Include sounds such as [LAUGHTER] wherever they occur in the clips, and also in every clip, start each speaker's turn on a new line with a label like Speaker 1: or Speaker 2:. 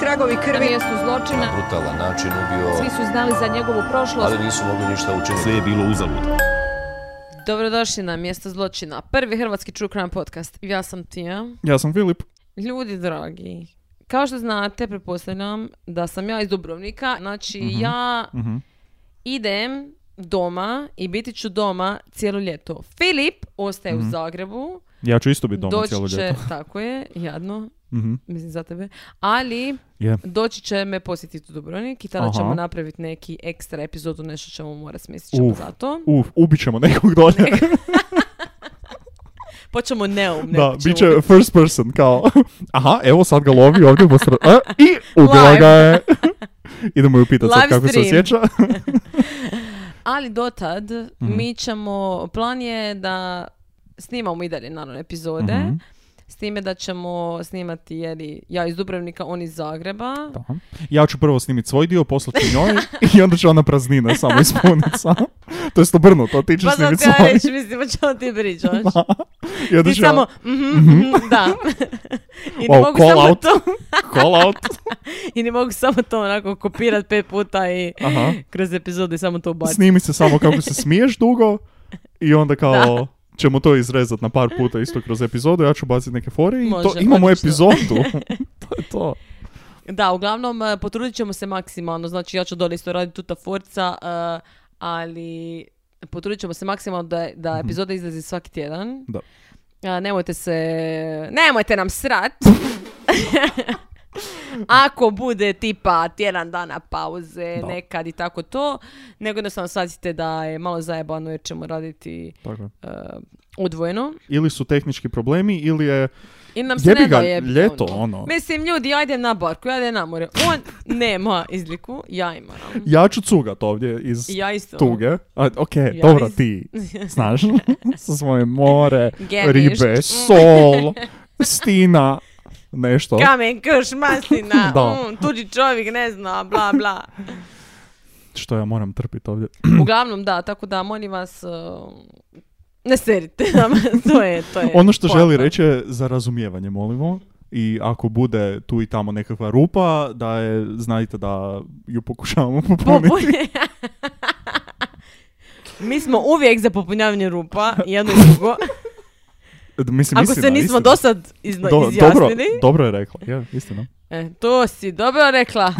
Speaker 1: tragovi
Speaker 2: Na
Speaker 1: krvi.
Speaker 2: mjestu zločina.
Speaker 3: brutalan način
Speaker 2: Svi
Speaker 3: ubio,
Speaker 2: su znali za njegovu prošlost.
Speaker 3: ali nisu mogli ništa učiniti.
Speaker 4: Sve je bilo uzalud.
Speaker 5: Dobrodošli na mjesto zločina, prvi hrvatski True Crime podcast. Ja sam Tija.
Speaker 4: Ja sam Filip.
Speaker 5: Ljudi dragi, kao što znate, pretpostavljam da sam ja iz Dubrovnika. Znači, ja
Speaker 4: Mhm.
Speaker 5: idem doma i biti ću doma cijelo ljeto. Filip ostaje u Zagrebu.
Speaker 4: Ja ću isto biti Mhm. doma
Speaker 5: doći
Speaker 4: cijelo
Speaker 5: će,
Speaker 4: ljeto. [LAUGHS]
Speaker 5: tako je, jadno,
Speaker 4: Mhm.
Speaker 5: mislim za tebe. Ali
Speaker 4: Je.
Speaker 5: doći će me posjetiti u Dubrovnik i tada
Speaker 4: Aha.
Speaker 5: ćemo napraviti neki ekstra epizodu, nešto ćemo morati smisliti ćemo
Speaker 4: Uf.
Speaker 5: za to.
Speaker 4: Uf, ubit ćemo
Speaker 5: [LAUGHS]
Speaker 4: nekog dolje.
Speaker 5: Počnemo neum. ne,
Speaker 4: da,
Speaker 5: počnemo
Speaker 4: bit će
Speaker 5: ubiti.
Speaker 4: first person, kao. [LAUGHS] Aha, evo sad ga lovi ovdje posred... E, I ubila
Speaker 5: Live.
Speaker 4: ga je. [LAUGHS] Idemo ju pitati sad
Speaker 5: Live
Speaker 4: kako se
Speaker 5: stream.
Speaker 4: osjeća.
Speaker 5: Ali dotad
Speaker 4: Mhm.
Speaker 5: mi ćemo, plan je da snimamo i dalje naravno epizode.
Speaker 4: Mhm.
Speaker 5: S time da ćemo snimati jeli, ja iz Dubrovnika, on iz Zagreba.
Speaker 4: Da. Ja ću prvo snimiti svoj dio, poslati ću
Speaker 5: [LAUGHS]
Speaker 4: njoj i onda će ona praznine samo ispuniti samo. To je obrnuto, ti ćeš
Speaker 5: Pa sam
Speaker 4: snimiti
Speaker 5: ti
Speaker 4: svoj.
Speaker 5: reći, mislim, o čemu ti pričaš?
Speaker 4: I onda
Speaker 5: Ti
Speaker 4: ću ja-
Speaker 5: samo, mhm, mhm, da.
Speaker 4: [LAUGHS]
Speaker 5: I ne
Speaker 4: Wow,
Speaker 5: mogu
Speaker 4: call
Speaker 5: samo
Speaker 4: out.
Speaker 5: to, [LAUGHS]
Speaker 4: Call out.
Speaker 5: i ne mogu samo to onako kopirat pet puta i
Speaker 4: Aha.
Speaker 5: kroz epizode samo to ubaciti.
Speaker 4: Snimi se samo kako se smiješ dugo i onda kao ćemo to izrezati na par puta isto kroz epizodu, ja ću baciti neke fore i
Speaker 5: Može,
Speaker 4: to, imamo
Speaker 5: odlično. [LAUGHS]
Speaker 4: epizodu. [LAUGHS] to je to.
Speaker 5: Da, uglavnom, eh, potrudit ćemo se maksimalno, znači ja ću dole isto raditi tuta forca, eh, ali potrudit ćemo se maksimalno da, da epizoda izlazi svaki tjedan.
Speaker 4: Da.
Speaker 5: A, nemojte se... Nemojte nam srat! Ako bude tipa tjedan dana pauze,
Speaker 4: Da.
Speaker 5: nekad i tako to, nego jednostavno shvatite da je malo zajebano jer ćemo raditi
Speaker 4: Tako je.
Speaker 5: eh, odvojeno.
Speaker 4: Ili su tehnički problemi ili je
Speaker 5: I nam se
Speaker 4: jebi
Speaker 5: ne
Speaker 4: ga
Speaker 5: dojebi,
Speaker 4: ljeto ono.
Speaker 5: Mislim, ljudi, ja idem na barku, ja idem na more. On nema izliku, ja imam.
Speaker 4: Ja ću cugat ovdje iz
Speaker 5: I Ja isto.
Speaker 4: tuge. A, ok,
Speaker 5: Ja
Speaker 4: dobro,
Speaker 5: iz- [LAUGHS]
Speaker 4: ti znaš [LAUGHS] sa svoje more,
Speaker 5: Gemišt.
Speaker 4: ribe, sol, stina, nešto.
Speaker 5: Kamen, krš, maslina,
Speaker 4: no. [LAUGHS] Da.
Speaker 5: mm, tuđi čovjek, ne zna, bla, bla. [CLEARS THROAT]
Speaker 4: Što ja moram trpiti ovdje.
Speaker 5: Uglavnom, da, tako da, molim vas, uh, ne serite nam, [LAUGHS] to je, to je.
Speaker 4: Ono što želi
Speaker 5: poanta. [LAUGHS]
Speaker 4: reći je za razumijevanje, molimo. I ako bude tu i tamo nekakva rupa, da je, znajte da ju pokušavamo [LAUGHS] popuniti.
Speaker 5: Popuni- Mi smo uvijek za popunjavanje rupa, jedno i drugo.
Speaker 4: [LAUGHS] Mislim,
Speaker 5: Ako
Speaker 4: istina,
Speaker 5: se nismo
Speaker 4: istina.
Speaker 5: do sad izno,
Speaker 4: Do- dobro,
Speaker 5: izjasnili.
Speaker 4: dobro je rekla, je, istina.
Speaker 5: E, to si dobro rekla.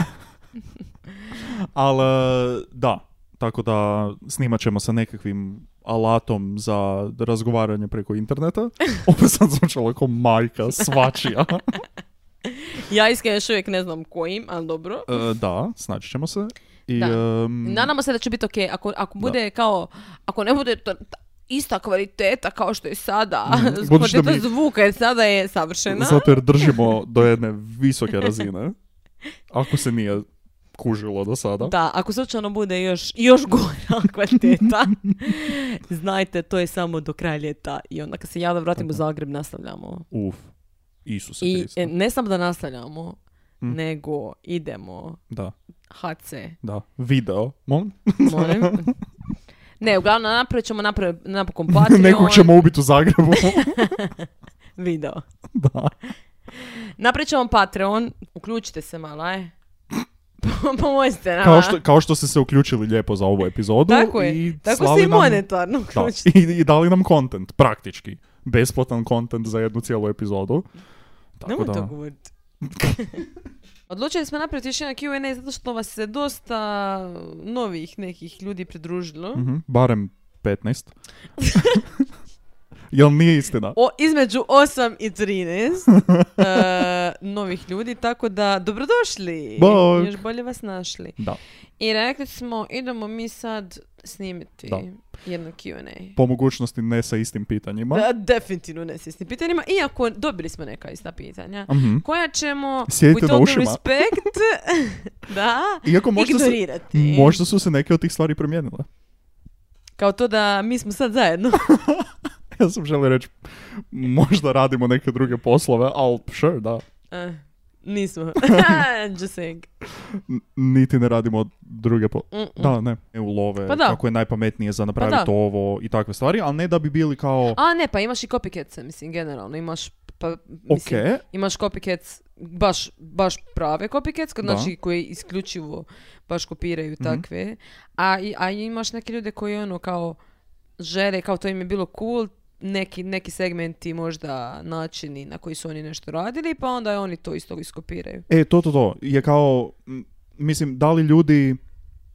Speaker 4: Ali, e, da, tako da snimat ćemo sa nekakvim alatom za razgovaranje preko
Speaker 5: [LAUGHS]
Speaker 4: interneta. Ovo sad zvučalo kao majka, svačija. E,
Speaker 5: Ja iskreno još uvijek ne znam kojim, ali dobro.
Speaker 4: E, da, snaći ćemo se. I,
Speaker 5: Da.
Speaker 4: em,
Speaker 5: Nadamo se da će biti ok. Ako, ako bude kao, ako ne bude to, ta- ista kvaliteta kao što je sada,
Speaker 4: Mhm.
Speaker 5: [LAUGHS] s
Speaker 4: Budući da
Speaker 5: kvaliteta
Speaker 4: mi-
Speaker 5: zvuka je sada je savršena.
Speaker 4: Zato jer držimo do jedne visoke razine. Ako se nije kužilo do sada.
Speaker 5: Da, ako slučajno bude još, još gora [LAUGHS]
Speaker 4: [LAUGHS]
Speaker 5: kvaliteta, znajte, to je samo do kraja ljeta. I onda kad se ja da vratim u Zagreb, nastavljamo.
Speaker 4: Uf. Isuse
Speaker 5: I
Speaker 4: Kriste.
Speaker 5: e, ne samo da nastavljamo,
Speaker 4: Mm.
Speaker 5: nego idemo
Speaker 4: Da,
Speaker 5: HC.
Speaker 4: [LAUGHS] da. Video. Molim?
Speaker 5: Molim. Ne, uglavnom napravit ćemo napravit, napokon Patreon.
Speaker 4: [LAUGHS] Nekog ćemo ubiti u
Speaker 5: [LAUGHS]
Speaker 4: Zagrebu. [LAUGHS]
Speaker 5: Video.
Speaker 4: da.
Speaker 5: Napravit ćemo Patreon, uključite se mala, e. [LAUGHS] Pomozite nama.
Speaker 4: Kao što, kao što ste se uključili lijepo za ovu epizodu.
Speaker 5: Tako je,
Speaker 4: I
Speaker 5: tako
Speaker 4: slali
Speaker 5: se i
Speaker 4: nam-
Speaker 5: monetarno
Speaker 4: Da,
Speaker 5: uključite.
Speaker 4: i, I dali nam kontent, praktički. Besplatan kontent za jednu cijelu epizodu. Tako
Speaker 5: Nemoj to
Speaker 4: da, mhm, [LAUGHS]
Speaker 5: govoriti. Odlučili smo napraviti još jedan Q&A zato što vas se dosta novih nekih ljudi pridružilo.
Speaker 4: Mhm, barem 15. [LAUGHS] Jel nije istina?
Speaker 5: O, između 8 i
Speaker 4: [LAUGHS]
Speaker 5: 13 e, novih ljudi, tako da dobrodošli.
Speaker 4: Bog.
Speaker 5: Još bolje vas našli.
Speaker 4: Da.
Speaker 5: I rekli smo, idemo mi sad snimiti
Speaker 4: Da.
Speaker 5: jedno Q&A.
Speaker 4: Po mogućnosti ne sa istim pitanjima.
Speaker 5: Da, definitivno ne s istim pitanjima, iako dobili smo neka ista pitanja.
Speaker 4: Mhm.
Speaker 5: Koja ćemo,
Speaker 4: Sjedite
Speaker 5: with
Speaker 4: na
Speaker 5: all due
Speaker 4: ušima.
Speaker 5: respect, [LAUGHS] da,
Speaker 4: Iako možda se,
Speaker 5: ignorirati.
Speaker 4: možda su se neke od tih stvari promijenile. [LAUGHS]
Speaker 5: Kao to da mi smo sad zajedno. [LAUGHS]
Speaker 4: Ja sam želio reći, možda radimo neke druge poslove, ali sure, da.
Speaker 5: Eh,
Speaker 4: [LAUGHS]
Speaker 5: nismo. [LAUGHS] Just saying.
Speaker 4: N- niti ne radimo druge po...
Speaker 5: Mm-mm.
Speaker 4: Da, ne. E, ulove,
Speaker 5: Pa da. Pa
Speaker 4: kako je najpametnije za napraviti
Speaker 5: da.
Speaker 4: ovo i takve stvari, ali ne da bi bili kao...
Speaker 5: A ne, pa imaš i copycats, mislim, generalno. Imaš Pa, mislim,
Speaker 4: Ok.
Speaker 5: imaš copycats, baš, baš prave copycats, kod-
Speaker 4: Da. Mhm.
Speaker 5: znači koji isključivo baš kopiraju takve, a, i- a imaš neke ljude koji ono kao žele, kao to im je bilo cool, neki, neki segmenti možda načini na koji su oni nešto radili, pa onda oni to isto iskopiraju.
Speaker 4: E, to, to, to. Je kao, m, mislim, da li ljudi,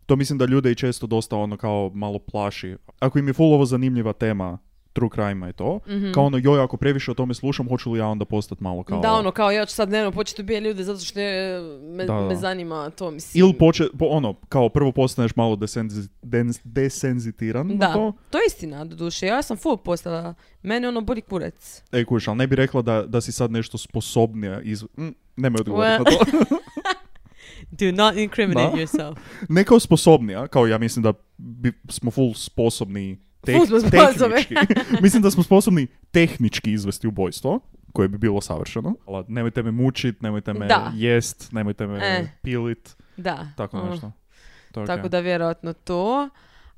Speaker 4: to mislim da ljude i često dosta ono kao malo plaši. Ako im je full ovo zanimljiva tema, true crime i to,
Speaker 5: Mhm.
Speaker 4: kao ono, joj, ako previše o tome slušam, hoću li ja onda postati malo kao...
Speaker 5: Da, ono, kao ja ću sad dnevno početi ubijati ljude zato što je, me,
Speaker 4: Da, da.
Speaker 5: me zanima to, mislim.
Speaker 4: Ili poče, po, ono, kao prvo postaneš malo desenzi- den- desenzitiran na
Speaker 5: Da,
Speaker 4: to.
Speaker 5: to je istina, doduše. Ja sam full postala. Mene ono boli kurac.
Speaker 4: E, kuš, ali ne bi rekla da, da si sad nešto sposobnija iz... Mm, nemoj odgovoriti
Speaker 5: Well.
Speaker 4: na to.
Speaker 5: Do not incriminate
Speaker 4: Da.
Speaker 5: yourself.
Speaker 4: [LAUGHS] ne kao sposobnija, kao ja mislim da bi, smo full sposobni te-
Speaker 5: Full smo sposobni.
Speaker 4: tehnički. [LAUGHS] mislim da smo sposobni tehnički izvesti ubojstvo, koje bi bilo savršeno. Ali nemojte me mučit, nemojte me
Speaker 5: Da.
Speaker 4: jest, nemojte me
Speaker 5: E.
Speaker 4: pilit,
Speaker 5: Da.
Speaker 4: tako
Speaker 5: ono.
Speaker 4: nešto. To je
Speaker 5: Tako
Speaker 4: okej.
Speaker 5: da vjerojatno to.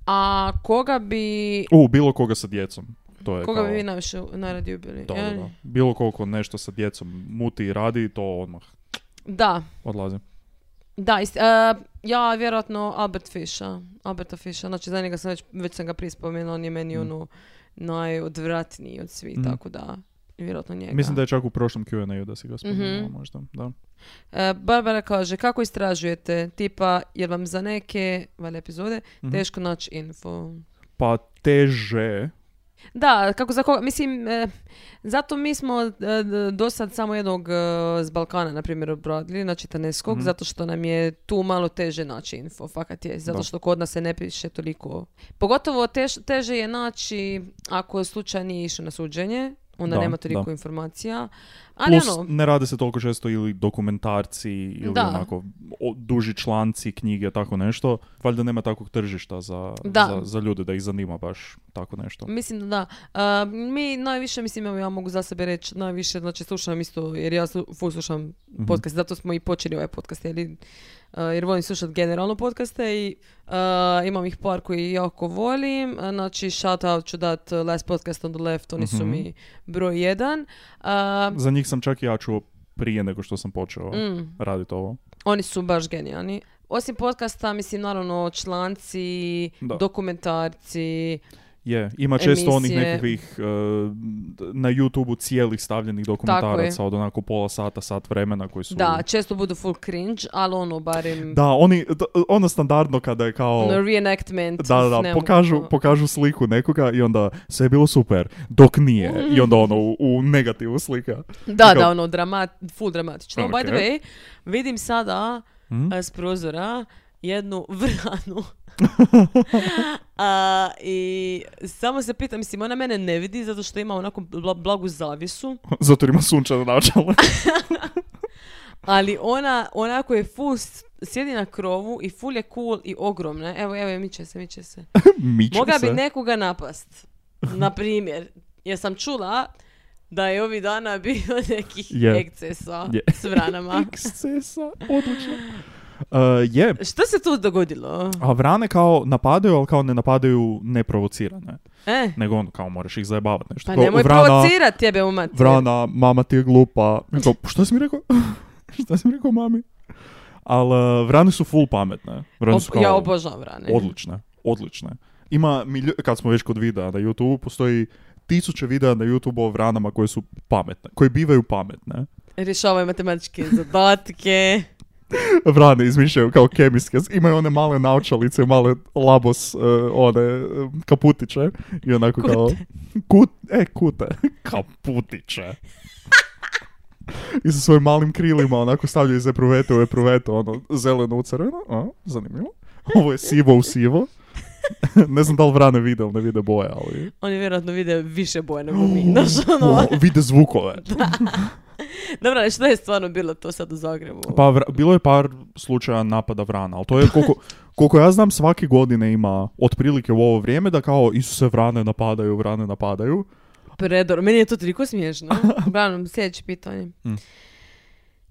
Speaker 5: A koga bi...
Speaker 4: U, bilo koga sa djecom. To je
Speaker 5: Koga
Speaker 4: kao...
Speaker 5: bi vi najviše najradije ubili?
Speaker 4: Da, da,
Speaker 5: je li?
Speaker 4: da. Bilo koliko nešto sa djecom muti i radi, to odmah
Speaker 5: Da,
Speaker 4: odlazi.
Speaker 5: da, isti- e, ja vjerojatno Albert Fisha, Alberta Fisha, znači za njega sam već, već sam ga prije spomenula, on je meni ono najodvratniji od svih,
Speaker 4: Mm.
Speaker 5: tako da vjerojatno njega.
Speaker 4: Mislim da je čak u prošlom Q&A-u da si ga spomenula
Speaker 5: Mhm.
Speaker 4: možda. Da.
Speaker 5: E, Barbara kaže, kako istražujete? Tipa, jer vam za neke valjda epizode
Speaker 4: Mhm.
Speaker 5: teško naći info?
Speaker 4: Pa teže,
Speaker 5: Da, kako za koga, mislim, e, zato mi smo e, d- do sad samo jednog e, s Balkana, na primjer, obradili, znači Taneskog,
Speaker 4: Mhm.
Speaker 5: zato što nam je tu malo teže naći info, fakat je, zato
Speaker 4: Da.
Speaker 5: što kod nas se ne piše toliko. Pogotovo tež- teže je naći ako slučaj nije išao na suđenje, onda
Speaker 4: Da,
Speaker 5: nema toliko
Speaker 4: da.
Speaker 5: informacija, ali
Speaker 4: Plus,
Speaker 5: ono,
Speaker 4: ne rade se toliko često ili dokumentarci ili
Speaker 5: Da.
Speaker 4: onako o- duži članci, knjige, tako nešto. Valjda nema takvog tržišta za,
Speaker 5: Da.
Speaker 4: za, za ljude da ih zanima baš tako nešto.
Speaker 5: Mislim da da. A, mi najviše, mislim, evo ja mogu za sebe reći, najviše, znači slušam isto, jer ja slu, ful slušam
Speaker 4: Mhm.
Speaker 5: podcast, zato smo i počeli ovaj podcast, jer, jer volim slušati generalno podcaste i a, imam ih par koji jako volim, A, znači shout out ću dat uh, Last Podcast on the Left, oni su
Speaker 4: Mhm.
Speaker 5: mi broj jedan. A,
Speaker 4: Za njih sam čak i ja čuo prije nego što sam počeo
Speaker 5: mm.
Speaker 4: raditi ovo.
Speaker 5: Oni su baš genijalni. Osim podcasta, mislim, naravno, članci,
Speaker 4: Da.
Speaker 5: dokumentarci,
Speaker 4: Je, ima često onih
Speaker 5: Emisije.
Speaker 4: nekakvih eh, na YouTubeu cijelih stavljenih dokumentaraca od onako pola sata, sat vremena koji su...
Speaker 5: da, često budu full cringe, ali ono, barem...
Speaker 4: Da, oni, d- ono standardno kada je kao...
Speaker 5: Ono, reenactment. ono.
Speaker 4: Da, da, da,
Speaker 5: ne mogu-
Speaker 4: pokažu, pokažu sliku nekoga i onda sve je bilo super, dok
Speaker 5: [LAUGHS]
Speaker 4: nije. I onda ono u, u negativu slika.
Speaker 5: Da,
Speaker 4: kao-
Speaker 5: da, ono, dramat, full dramatično. By the
Speaker 4: Ok.
Speaker 5: way, vidim sada
Speaker 4: Mhm.
Speaker 5: a, s prozora jednu [LAUGHS]
Speaker 4: [LAUGHS]
Speaker 5: vranu. a, I samo se pitam, mislim, ona mene ne vidi zato što ima onako bla- blagu zavisu,
Speaker 4: [LAUGHS] Zato jer ima sunčano
Speaker 5: [LAUGHS]
Speaker 4: načelo.
Speaker 5: ali ona onako je full s- sjedi na krovu i full je cool i ogromna. Evo, evo, je, miče se, miče se.
Speaker 4: Miče
Speaker 5: Mogla
Speaker 4: se.
Speaker 5: bi nekoga napast. Na
Speaker 4: [LAUGHS]
Speaker 5: primjer, jer sam čula da je ovih dana bilo [LAUGHS] nekih
Speaker 4: Je.
Speaker 5: ekscesa
Speaker 4: Je.
Speaker 5: s
Speaker 4: [LAUGHS]
Speaker 5: vranama.
Speaker 4: Ekscesa, odlično. Uh, je,
Speaker 5: Što se tu dogodilo?
Speaker 4: a vrane kao napadaju, ali kao ne napadaju neprovocirane.
Speaker 5: E,
Speaker 4: Nego ono, kao moraš ih zajebavati nešto.
Speaker 5: pa
Speaker 4: Kao,
Speaker 5: nemoj
Speaker 4: vrana,
Speaker 5: provocirat tebe u mater.
Speaker 4: Vrana, mama ti je glupa. I kao, što si mi rekao? [LAUGHS] što si mi rekao mami? Ali uh, vrane su full pametne. Vrane su
Speaker 5: Ob-
Speaker 4: kao,
Speaker 5: ja obožavam vrane.
Speaker 4: Odlične, odlične. Ima, miljo- kad smo već kod videa na YouTube, postoji tisuće videa na YouTube o vranama koje su pametne, koje bivaju pametne.
Speaker 5: Rješavaju matematičke zadatke.
Speaker 4: Vrane izmišljaju kao kemijske, imaju one male naučalice, male labos, eh, one eh, kaputiće i onako
Speaker 5: Kute.
Speaker 4: kao... Kut, e, kute, [LAUGHS] kaputiće. I sa svojim malim krilima onako stavljaju iz epruvete u epruvete, ono, zeleno u crveno, a, zanimljivo. Ovo je sivo u sivo. [LAUGHS] ne znam da li vrane vide ili ne vide boje, ali...
Speaker 5: Oni vjerojatno vide više boje nego mi.
Speaker 4: [GASPS]
Speaker 5: Znaš, ono...
Speaker 4: O, vide zvukove.
Speaker 5: Dobro, ali što je stvarno bilo to sad u Zagrebu?
Speaker 4: Pa vra- bilo je par slučaja napada vrana, ali to je
Speaker 5: [LAUGHS]
Speaker 4: koliko, koliko ja znam svake godine ima otprilike u ovo vrijeme da kao Isuse vrane napadaju, vrane napadaju.
Speaker 5: Predor, meni je to toliko
Speaker 4: [LAUGHS]
Speaker 5: smiješno. Uglavnom, sljedeće pitanje.
Speaker 4: Mm.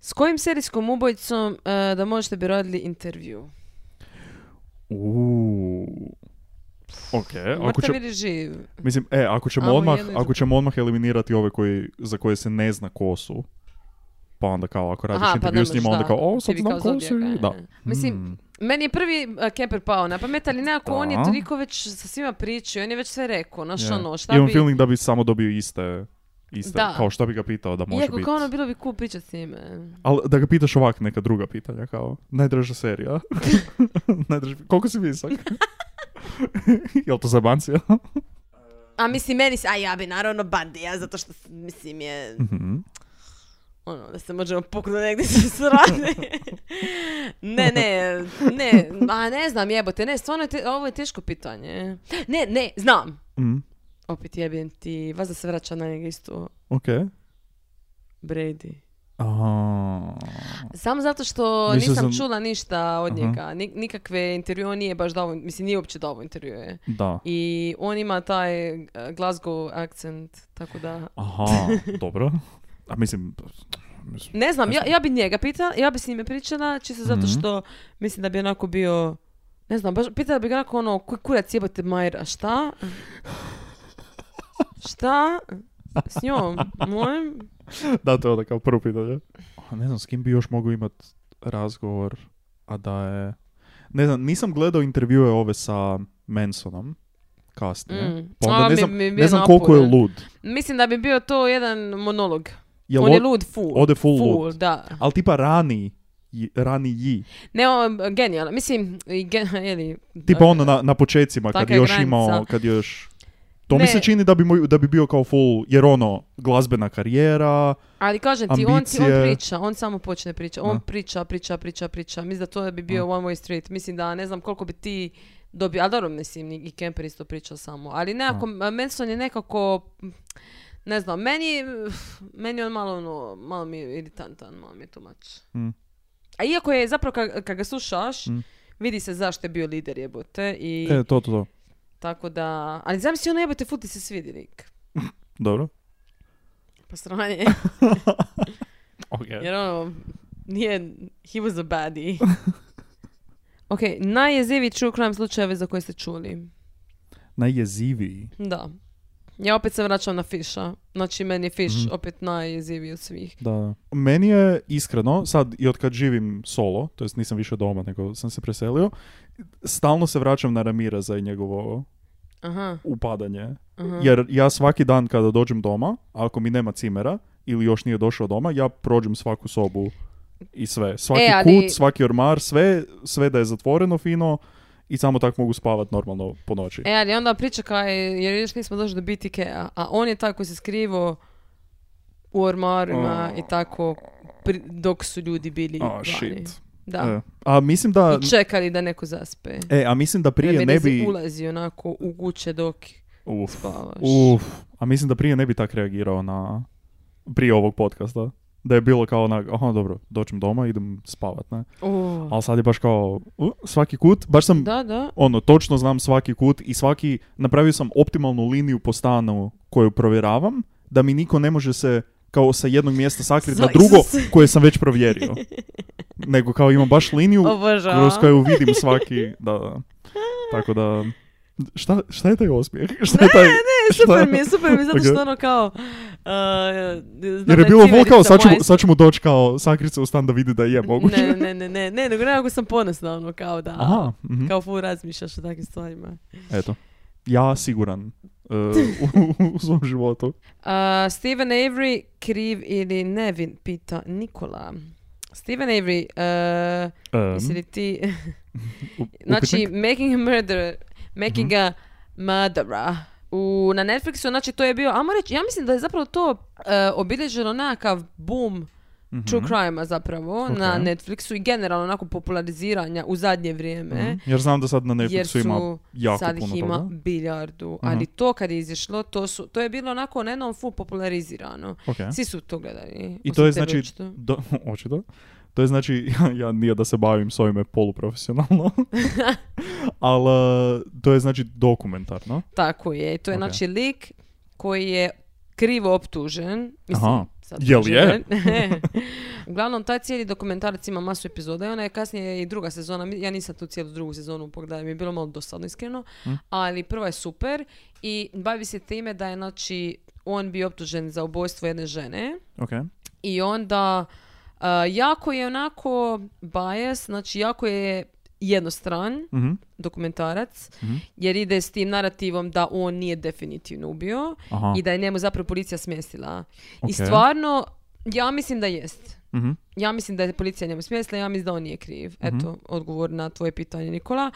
Speaker 5: S kojim serijskom ubojicom e, eh, da možete bi radili intervju?
Speaker 4: Uuu. Ok, E, ako će,
Speaker 5: Mrtav ili živ?
Speaker 4: mislim, e, ako ćemo,
Speaker 5: Amo
Speaker 4: odmah,
Speaker 5: jedno i
Speaker 4: ako
Speaker 5: drugo.
Speaker 4: ćemo odmah eliminirati ove koji, za koje se ne zna ko su, pa onda kao ako radiš
Speaker 5: Aha, pa
Speaker 4: intervju
Speaker 5: ne
Speaker 4: s njima,
Speaker 5: možeš,
Speaker 4: onda
Speaker 5: da.
Speaker 4: kao, o, sad
Speaker 5: Ti bi
Speaker 4: znam
Speaker 5: kao
Speaker 4: ko su i
Speaker 5: zodijaka,
Speaker 4: da.
Speaker 5: e. Mislim,
Speaker 4: Mm.
Speaker 5: Meni je prvi uh, Kemper pao na pamet, ali nekako on je
Speaker 4: Da.
Speaker 5: toliko već sa svima pričao, on je već sve rekao, znaš
Speaker 4: Je.
Speaker 5: ono, šta
Speaker 4: Imam
Speaker 5: bi...
Speaker 4: feeling da bi samo dobio iste, iste
Speaker 5: Da.
Speaker 4: kao šta bi ga pitao da može
Speaker 5: Iako
Speaker 4: biti.
Speaker 5: kao ono, bilo bi cool pričat s njime.
Speaker 4: Ali da ga pitaš ovak neka druga pitanja, kao, najdraža [LAUGHS] serija. najdraža... Koliko si visok? [LAUGHS] Jel to ja? zajebancija?
Speaker 5: A mislim, meni se, a ja bi naravno bandija, zato što mislim je,
Speaker 4: Mhm.
Speaker 5: ono, da se možemo puknuti negdje se
Speaker 4: [LAUGHS]
Speaker 5: srane. ne, ne, ne, a ne znam jebote, ne, stvarno je te- ovo je teško pitanje. Ne, ne, znam.
Speaker 4: Mm.
Speaker 5: Opet jebim ti, vas da se vraća na njega isto,
Speaker 4: Ok.
Speaker 5: Brady.
Speaker 4: A,
Speaker 5: Samo zato što
Speaker 4: Mislio
Speaker 5: nisam
Speaker 4: sam-
Speaker 5: čula ništa od
Speaker 4: Aha.
Speaker 5: njega. Ni- nikakve intervjue, on nije baš davo, mislim nije uopće davo intervjue.
Speaker 4: da.
Speaker 5: I on ima taj eh, Glasgow akcent, tako da...
Speaker 4: [LAUGHS] Aha, dobro. A mislim, mislim,
Speaker 5: Ne znam, ja, ja bi njega pitala, ja bi s njime pričala, čisto zato
Speaker 4: Mhm.
Speaker 5: što mislim da bi onako bio... Ne znam, baš pitala bi ga onako ono, koji kurac jebate Majra,
Speaker 4: [LAUGHS]
Speaker 5: šta? šta? S njom? Mojim?
Speaker 4: da, to je onda kao prvo pitanje. A Ne znam, s kim bi još mogu imat razgovor, a da je... Ne znam, nisam gledao intervjue ove sa Mansonom kasnije.
Speaker 5: Mm.
Speaker 4: Pa onda
Speaker 5: A,
Speaker 4: ne
Speaker 5: mi-
Speaker 4: znam,
Speaker 5: mi je
Speaker 4: ne
Speaker 5: bio
Speaker 4: znam koliko je
Speaker 5: naporan.
Speaker 4: lud.
Speaker 5: Mislim da bi bio to jedan monolog.
Speaker 4: Jel
Speaker 5: on je
Speaker 4: od-
Speaker 5: lud full.
Speaker 4: ode full
Speaker 5: full
Speaker 4: lud.
Speaker 5: da.
Speaker 4: Ali tipa rani, j- rani ji.
Speaker 5: Ne, on, genijalno. Mislim, i gen, [LAUGHS] je li,
Speaker 4: Tipa
Speaker 5: e,
Speaker 4: ono na, na počecima, kad
Speaker 5: Taka
Speaker 4: je
Speaker 5: je
Speaker 4: još
Speaker 5: granica.
Speaker 4: imao, kad je još... To mi
Speaker 5: Ne.
Speaker 4: se čini da bi, mu, da bi bio kao full, jer ono, glazbena karijera,
Speaker 5: Ali kažem ti, on, ti, on
Speaker 4: ambicije.
Speaker 5: priča, on samo počne priča. On
Speaker 4: Da.
Speaker 5: priča, priča, priča, priča. Mislim da to bi bio one way street. Mislim da ne znam koliko bi ti dobio, a dobro mislim i Kemper isto pričao samo. Ali nekako, Manson je nekako, ne znam, meni, meni je on malo ono, malo mi je iritantan, malo mi je tumač.
Speaker 4: Mm.
Speaker 5: A iako je zapravo kad, kad ga slušaš,
Speaker 4: Mm.
Speaker 5: vidi se zašto je bio lider jebote i
Speaker 4: e, to, to, to.
Speaker 5: tako da... Ali zamisli ono jebote, futi se svidi lik.
Speaker 4: Dobro.
Speaker 5: Pa sranje.
Speaker 4: Okay.
Speaker 5: Jer ono, nije, he was a
Speaker 4: [LAUGHS]
Speaker 5: baddie. ok, najjeziviji true crime slučajeve za koje ste čuli.
Speaker 4: Najjeziviji.
Speaker 5: Da. Ja opet se vraćam na Fisha. Znači, meni je Fish
Speaker 4: Mhm.
Speaker 5: opet najjeziviji od svih.
Speaker 4: Da. Meni je iskreno, sad i od kad živim solo, to jest nisam više doma nego sam se preselio, stalno se vraćam na Ramira za njegovo
Speaker 5: Aha,
Speaker 4: upadanje.
Speaker 5: aha.
Speaker 4: Jer ja svaki dan kada dođem doma, ako mi nema cimera ili još nije došao doma, ja prođem svaku sobu i sve. Svaki
Speaker 5: E, ali-
Speaker 4: kut, svaki ormar, sve, sve da je zatvoreno fino i samo tak mogu spavat normalno po noći.
Speaker 5: E, ali onda priča kaj, jer još nismo došli do BTK-a, a on je taj koji se skrivo u ormarima
Speaker 4: Oh.
Speaker 5: i tako pri- dok su ljudi bili
Speaker 4: A,
Speaker 5: vani.
Speaker 4: Oh, shit.
Speaker 5: Da.
Speaker 4: E. A mislim da...
Speaker 5: I čekali da neko zaspe.
Speaker 4: E, a mislim da prije
Speaker 5: Meni
Speaker 4: ne
Speaker 5: se
Speaker 4: bi...
Speaker 5: ulazi onako u kuće dok
Speaker 4: Uf.
Speaker 5: spavaš.
Speaker 4: Uf, a mislim da prije ne bi tak reagirao na... Prije ovog podcasta. Da je bilo kao onak, aha, dobro, dođem doma, idem spavat, ne?
Speaker 5: Uf.
Speaker 4: Ali sad je baš kao, u, svaki kut, baš sam,
Speaker 5: Da, da.
Speaker 4: ono, točno znam svaki kut i svaki, napravio sam optimalnu liniju po stanu koju provjeravam, da mi niko ne može se kao sa jednog mjesta sakriti na
Speaker 5: Sa-
Speaker 4: drugo
Speaker 5: Isus.
Speaker 4: koje sam
Speaker 5: [LAUGHS]
Speaker 4: već provjerio. Nego kao imam baš liniju
Speaker 5: Obožavam.
Speaker 4: kroz koju vidim svaki, da, da. Tako da, šta, šta je taj osmijeh? Šta je [LAUGHS] taj,
Speaker 5: Ne,
Speaker 4: šta-
Speaker 5: super mi je, super mi je, zato
Speaker 4: Ok.
Speaker 5: što ono kao... Uh, znam
Speaker 4: Jer
Speaker 5: da
Speaker 4: je bilo vol kao,
Speaker 5: cimerica
Speaker 4: sad ćemo,
Speaker 5: moja-
Speaker 4: sad ćemo doći kao sakrit se u stan da vidi da je moguće.
Speaker 5: znači, Ne, ne, ne, ne, ne, nego nekako sam ponosna ono kao da...
Speaker 4: Aha, mhm.
Speaker 5: Kao ful razmišljaš o takvim stvarima.
Speaker 4: eto. Ja siguran e, u, u svom životu.
Speaker 5: Uh, Steven Avery kriv ili nevin, pita Nikola. Steven Avery, uh,
Speaker 4: Em,
Speaker 5: jesi li ti...
Speaker 4: u-
Speaker 5: Znači,
Speaker 4: upitnik?
Speaker 5: Making a Murderer, Making
Speaker 4: Mhm.
Speaker 5: a Murderer. U, na Netflixu, znači to je bio, ajmo reći, ja mislim da je zapravo to e, obilježeno nekakav boom
Speaker 4: Mhm.
Speaker 5: true crime zapravo
Speaker 4: Ok.
Speaker 5: na Netflixu i generalno onako populariziranja u zadnje vrijeme.
Speaker 4: Mhm. Jer znam da sad na
Speaker 5: Jer su,
Speaker 4: Netflixu ima jako
Speaker 5: sad ih
Speaker 4: puno
Speaker 5: ima
Speaker 4: toga. Mhm.
Speaker 5: biljardu, ali to kad je izišlo, to, su, to je bilo onako na jednom full popularizirano.
Speaker 4: Ok.
Speaker 5: Svi su to gledali.
Speaker 4: I
Speaker 5: osim
Speaker 4: to je
Speaker 5: tebe
Speaker 4: znači,
Speaker 5: očito.
Speaker 4: do, [LAUGHS] očito, to je znači, [LAUGHS] ja, ja nije da se bavim s ovime
Speaker 5: [LAUGHS]
Speaker 4: poluprofesionalno, [LAUGHS] ali e, to je znači dokumentarno.
Speaker 5: Tako je, to je
Speaker 4: Ok.
Speaker 5: znači lik koji je krivo optužen. Mislim,
Speaker 4: Aha.
Speaker 5: sad
Speaker 4: Jel je?
Speaker 5: optužen. [LAUGHS] Uglavnom, taj cijeli dokumentarac ima masu epizoda i ona je kasnije i druga sezona. Mi- Ja nisam tu cijelu drugu sezonu pogledala, mi je bilo malo dosadno iskreno.
Speaker 4: Hm.
Speaker 5: Ali prva je super i bavi se time da je znači, on bio optužen za ubojstvo jedne žene.
Speaker 4: Ok.
Speaker 5: I onda a, jako je onako bias, znači jako je jednostran
Speaker 4: Mhm.
Speaker 5: dokumentarac,
Speaker 4: Mhm.
Speaker 5: jer ide s tim narativom da on nije definitivno ubio
Speaker 4: Aha.
Speaker 5: i da je njemu zapravo policija smjestila. I
Speaker 4: Ok.
Speaker 5: stvarno, ja mislim da jest.
Speaker 4: Mhm.
Speaker 5: Ja mislim da je policija njemu smjestila, ja mislim da on nije kriv. Eto, odgovor na tvoje pitanje, Nikola.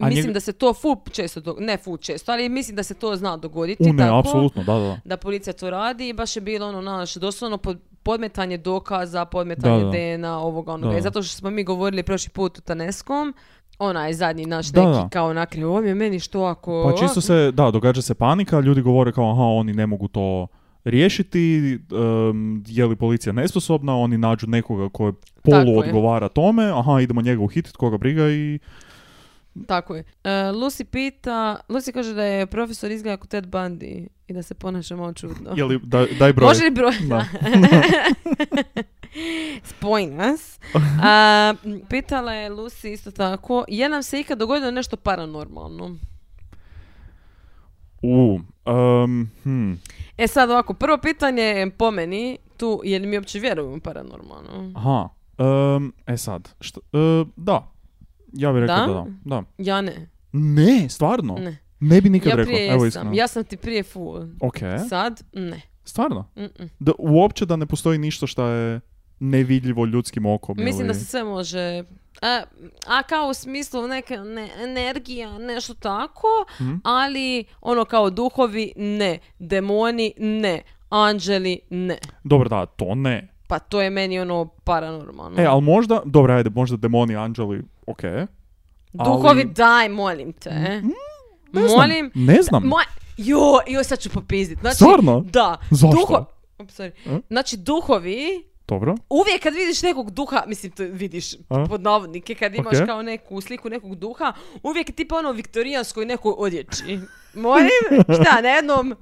Speaker 4: A
Speaker 5: mislim
Speaker 4: njeg-
Speaker 5: da se to full često, dog- ne full često, ali mislim da se to zna dogoditi.
Speaker 4: U, ne,
Speaker 5: tako
Speaker 4: apsolutno, da, da, da.
Speaker 5: da policija to radi i baš je bilo ono naš doslovno pod- podmetanje dokaza, podmetanje
Speaker 4: Da, da.
Speaker 5: DNA, ovoga onoga.
Speaker 4: Da,
Speaker 5: I
Speaker 4: da.
Speaker 5: zato što smo mi govorili prošli put u Taneskom, onaj zadnji naš
Speaker 4: Da,
Speaker 5: neki
Speaker 4: da.
Speaker 5: kao nakri, ovo je meni što ako...
Speaker 4: Pa čisto se, da, događa se panika, ljudi govore kao aha, oni ne mogu to riješiti, em, je li policija nesposobna, oni nađu nekoga koji polu
Speaker 5: je.
Speaker 4: odgovara tome, aha, idemo njega uhititi, koga briga i...
Speaker 5: Tako je. E, Lucy pita, Lucy kaže da je profesor izgleda kao Ted Bundy i da se ponaša malo čudno. [LAUGHS]
Speaker 4: Je li, daj, daj broj.
Speaker 5: Može li broj? [LAUGHS]
Speaker 4: Da.
Speaker 5: Spoj
Speaker 4: [LAUGHS]
Speaker 5: nas. A, m, pitala je Lucy isto tako, je nam se ikad dogodilo nešto paranormalno?
Speaker 4: U, em, hmm,
Speaker 5: E sad ovako, prvo pitanje je po meni tu, je li mi uopće vjerujemo u paranormalno?
Speaker 4: aha, em, e sad, šta, e, da, ja bih rekao
Speaker 5: Da?
Speaker 4: da, da, da.
Speaker 5: Ja ne.
Speaker 4: Ne, stvarno, ne,
Speaker 5: Ne.
Speaker 4: bi nikad
Speaker 5: ja
Speaker 4: rekao,
Speaker 5: prije
Speaker 4: evo
Speaker 5: jesam.
Speaker 4: E? iskreno.
Speaker 5: Ja sam ti prije full.
Speaker 4: Ok,
Speaker 5: Sad, ne.
Speaker 4: stvarno,
Speaker 5: Mm-mm.
Speaker 4: da, uopće da ne postoji ništa šta je nevidljivo ljudskim okom.
Speaker 5: Mislim da
Speaker 4: ili-
Speaker 5: se sve može... A, a kao u smislu neke ne, energija, nešto tako,
Speaker 4: Mhm.
Speaker 5: ali ono kao duhovi, ne. Demoni, ne. Anđeli, ne.
Speaker 4: Dobro, da, to ne.
Speaker 5: Pa to je meni ono paranormalno.
Speaker 4: E, ali možda, dobro, ajde, možda demoni, anđeli, ok.
Speaker 5: Duhovi, daj, molim te. e.
Speaker 4: Mm, Ne znam,
Speaker 5: molim.
Speaker 4: Ne znam.
Speaker 5: Moj... Jo, jo, sad ću popizdit. Znači,
Speaker 4: Stvarno?
Speaker 5: Da.
Speaker 4: Zašto?
Speaker 5: Op, sorry.
Speaker 4: E?
Speaker 5: Znači, duhovi,
Speaker 4: Dobro.
Speaker 5: uvijek kad vidiš nekog duha, mislim, to vidiš
Speaker 4: A?
Speaker 5: pod navodnike, kad imaš
Speaker 4: Ok.
Speaker 5: kao neku sliku nekog duha, uvijek je tipa ono viktorijanskoj nekoj odjeći.
Speaker 4: [LAUGHS]
Speaker 5: Molim, šta, na jednom...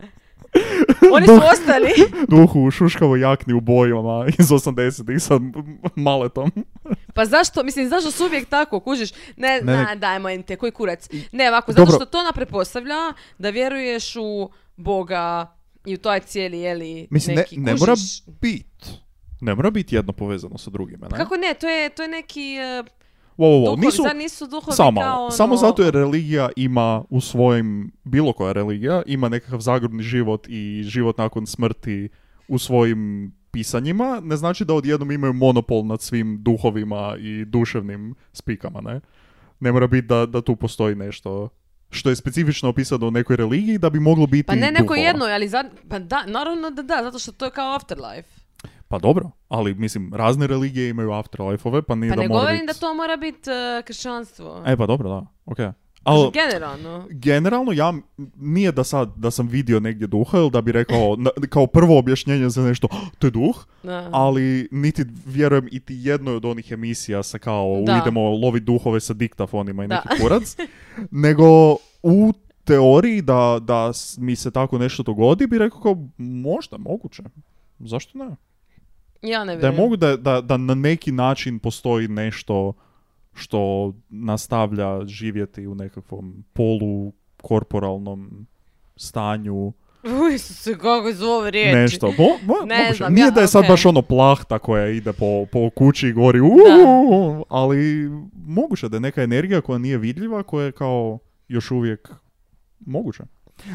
Speaker 5: Oni su
Speaker 4: Duh. [LAUGHS]
Speaker 5: ostali.
Speaker 4: Duhu u šuškavo jakni u bojama iz 80-ih sa m- m- maletom.
Speaker 5: Pa zašto, mislim, zašto su uvijek tako, kužiš? Ne,
Speaker 4: Ne, ne.
Speaker 5: na, dajmo im te, koji kurac. Ne, ovako, zato
Speaker 4: Dobro.
Speaker 5: što to ona prepostavlja da vjeruješ u Boga i u taj cijeli, jeli, neki, kužiš?
Speaker 4: bit. Ne mora biti jedno povezano sa drugima, ne?
Speaker 5: Kako ne, to je, to je neki e,
Speaker 4: Wow, wow, wow,
Speaker 5: duhovi,
Speaker 4: nisu...
Speaker 5: zar nisu duhovi
Speaker 4: Samo,
Speaker 5: kao ono...
Speaker 4: samo zato jer religija ima u svojim, bilo koja religija, ima nekakav zagrobni život i život nakon smrti u svojim pisanjima, ne znači da odjednom imaju monopol nad svim duhovima i duševnim spikama, ne? Ne mora biti da, da tu postoji nešto što je specifično opisano u nekoj religiji da bi moglo biti
Speaker 5: Pa ne neko
Speaker 4: duhova.
Speaker 5: jedno, ali za, pa da, naravno da da, zato što to je kao afterlife.
Speaker 4: Pa dobro, ali mislim, razne religije imaju afterlife-ove, pa nije
Speaker 5: Pa
Speaker 4: da
Speaker 5: ne
Speaker 4: mora
Speaker 5: govorim
Speaker 4: bit-
Speaker 5: da Znači, to mora biti e, kršćanstvo.
Speaker 4: E pa dobro, da, okej. Al-
Speaker 5: Generalno.
Speaker 4: Generalno, ja m- nije da sad da sam vidio negdje duha ili da bi rekao [LAUGHS] na- kao prvo objašnjenje za nešto, "Oh, to je duh,
Speaker 5: Da.
Speaker 4: ali niti vjerujem i ti jednoj od onih emisija sa kao
Speaker 5: Da.
Speaker 4: idemo loviti duhove sa diktafonima i
Speaker 5: Da. [LAUGHS]
Speaker 4: neki kurac, nego u teoriji da, da s- mi se tako nešto dogodi bi rekao kao možda, moguće. Zašto ne?
Speaker 5: ja ne
Speaker 4: Da je
Speaker 5: vjerujem.
Speaker 4: mogu da, da, da na neki način postoji nešto što nastavlja živjeti u nekakvom polu korporalnom stanju,
Speaker 5: [LAUGHS] Uj, Isuse, kako iz ove riječi.
Speaker 4: nešto. Mo- mo-
Speaker 5: Ne
Speaker 4: moguće.
Speaker 5: znam,
Speaker 4: Nije
Speaker 5: ja-
Speaker 4: da je sad
Speaker 5: ok.
Speaker 4: baš ono plahta koja ide po, po kući i gori, ali moguće da je neka energija koja nije vidljiva, koja je kao još uvijek moguća.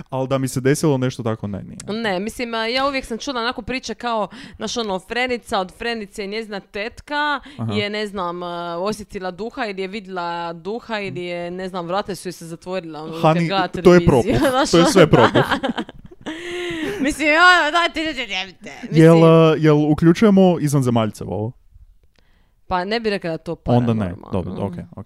Speaker 4: Ali da mi se desilo nešto tako, ne, nije.
Speaker 5: Ne, mislim, a, ja uvijek sam čula onako priče kao, znaš ono, frenica od frenice je njezina tetka,
Speaker 4: Aha.
Speaker 5: je, ne znam, a, osjetila duha ili je vidjela duha ili je, ne znam, vrata su joj se zatvorila. Ono, kad
Speaker 4: Hani,
Speaker 5: gleda
Speaker 4: to je
Speaker 5: televiziju, [LAUGHS]
Speaker 4: propuh.
Speaker 5: znaš,
Speaker 4: To je sve
Speaker 5: ono, da.
Speaker 4: propuh.
Speaker 5: Mislim, ja, da, ti ljudi jebite. Mislim,
Speaker 4: Jel, a, jel uključujemo izvanzemaljce u ovo?
Speaker 5: Pa ne bi rekla da je Mm. to
Speaker 4: Onda ne,
Speaker 5: paranormalno.
Speaker 4: dobro, ok, ok.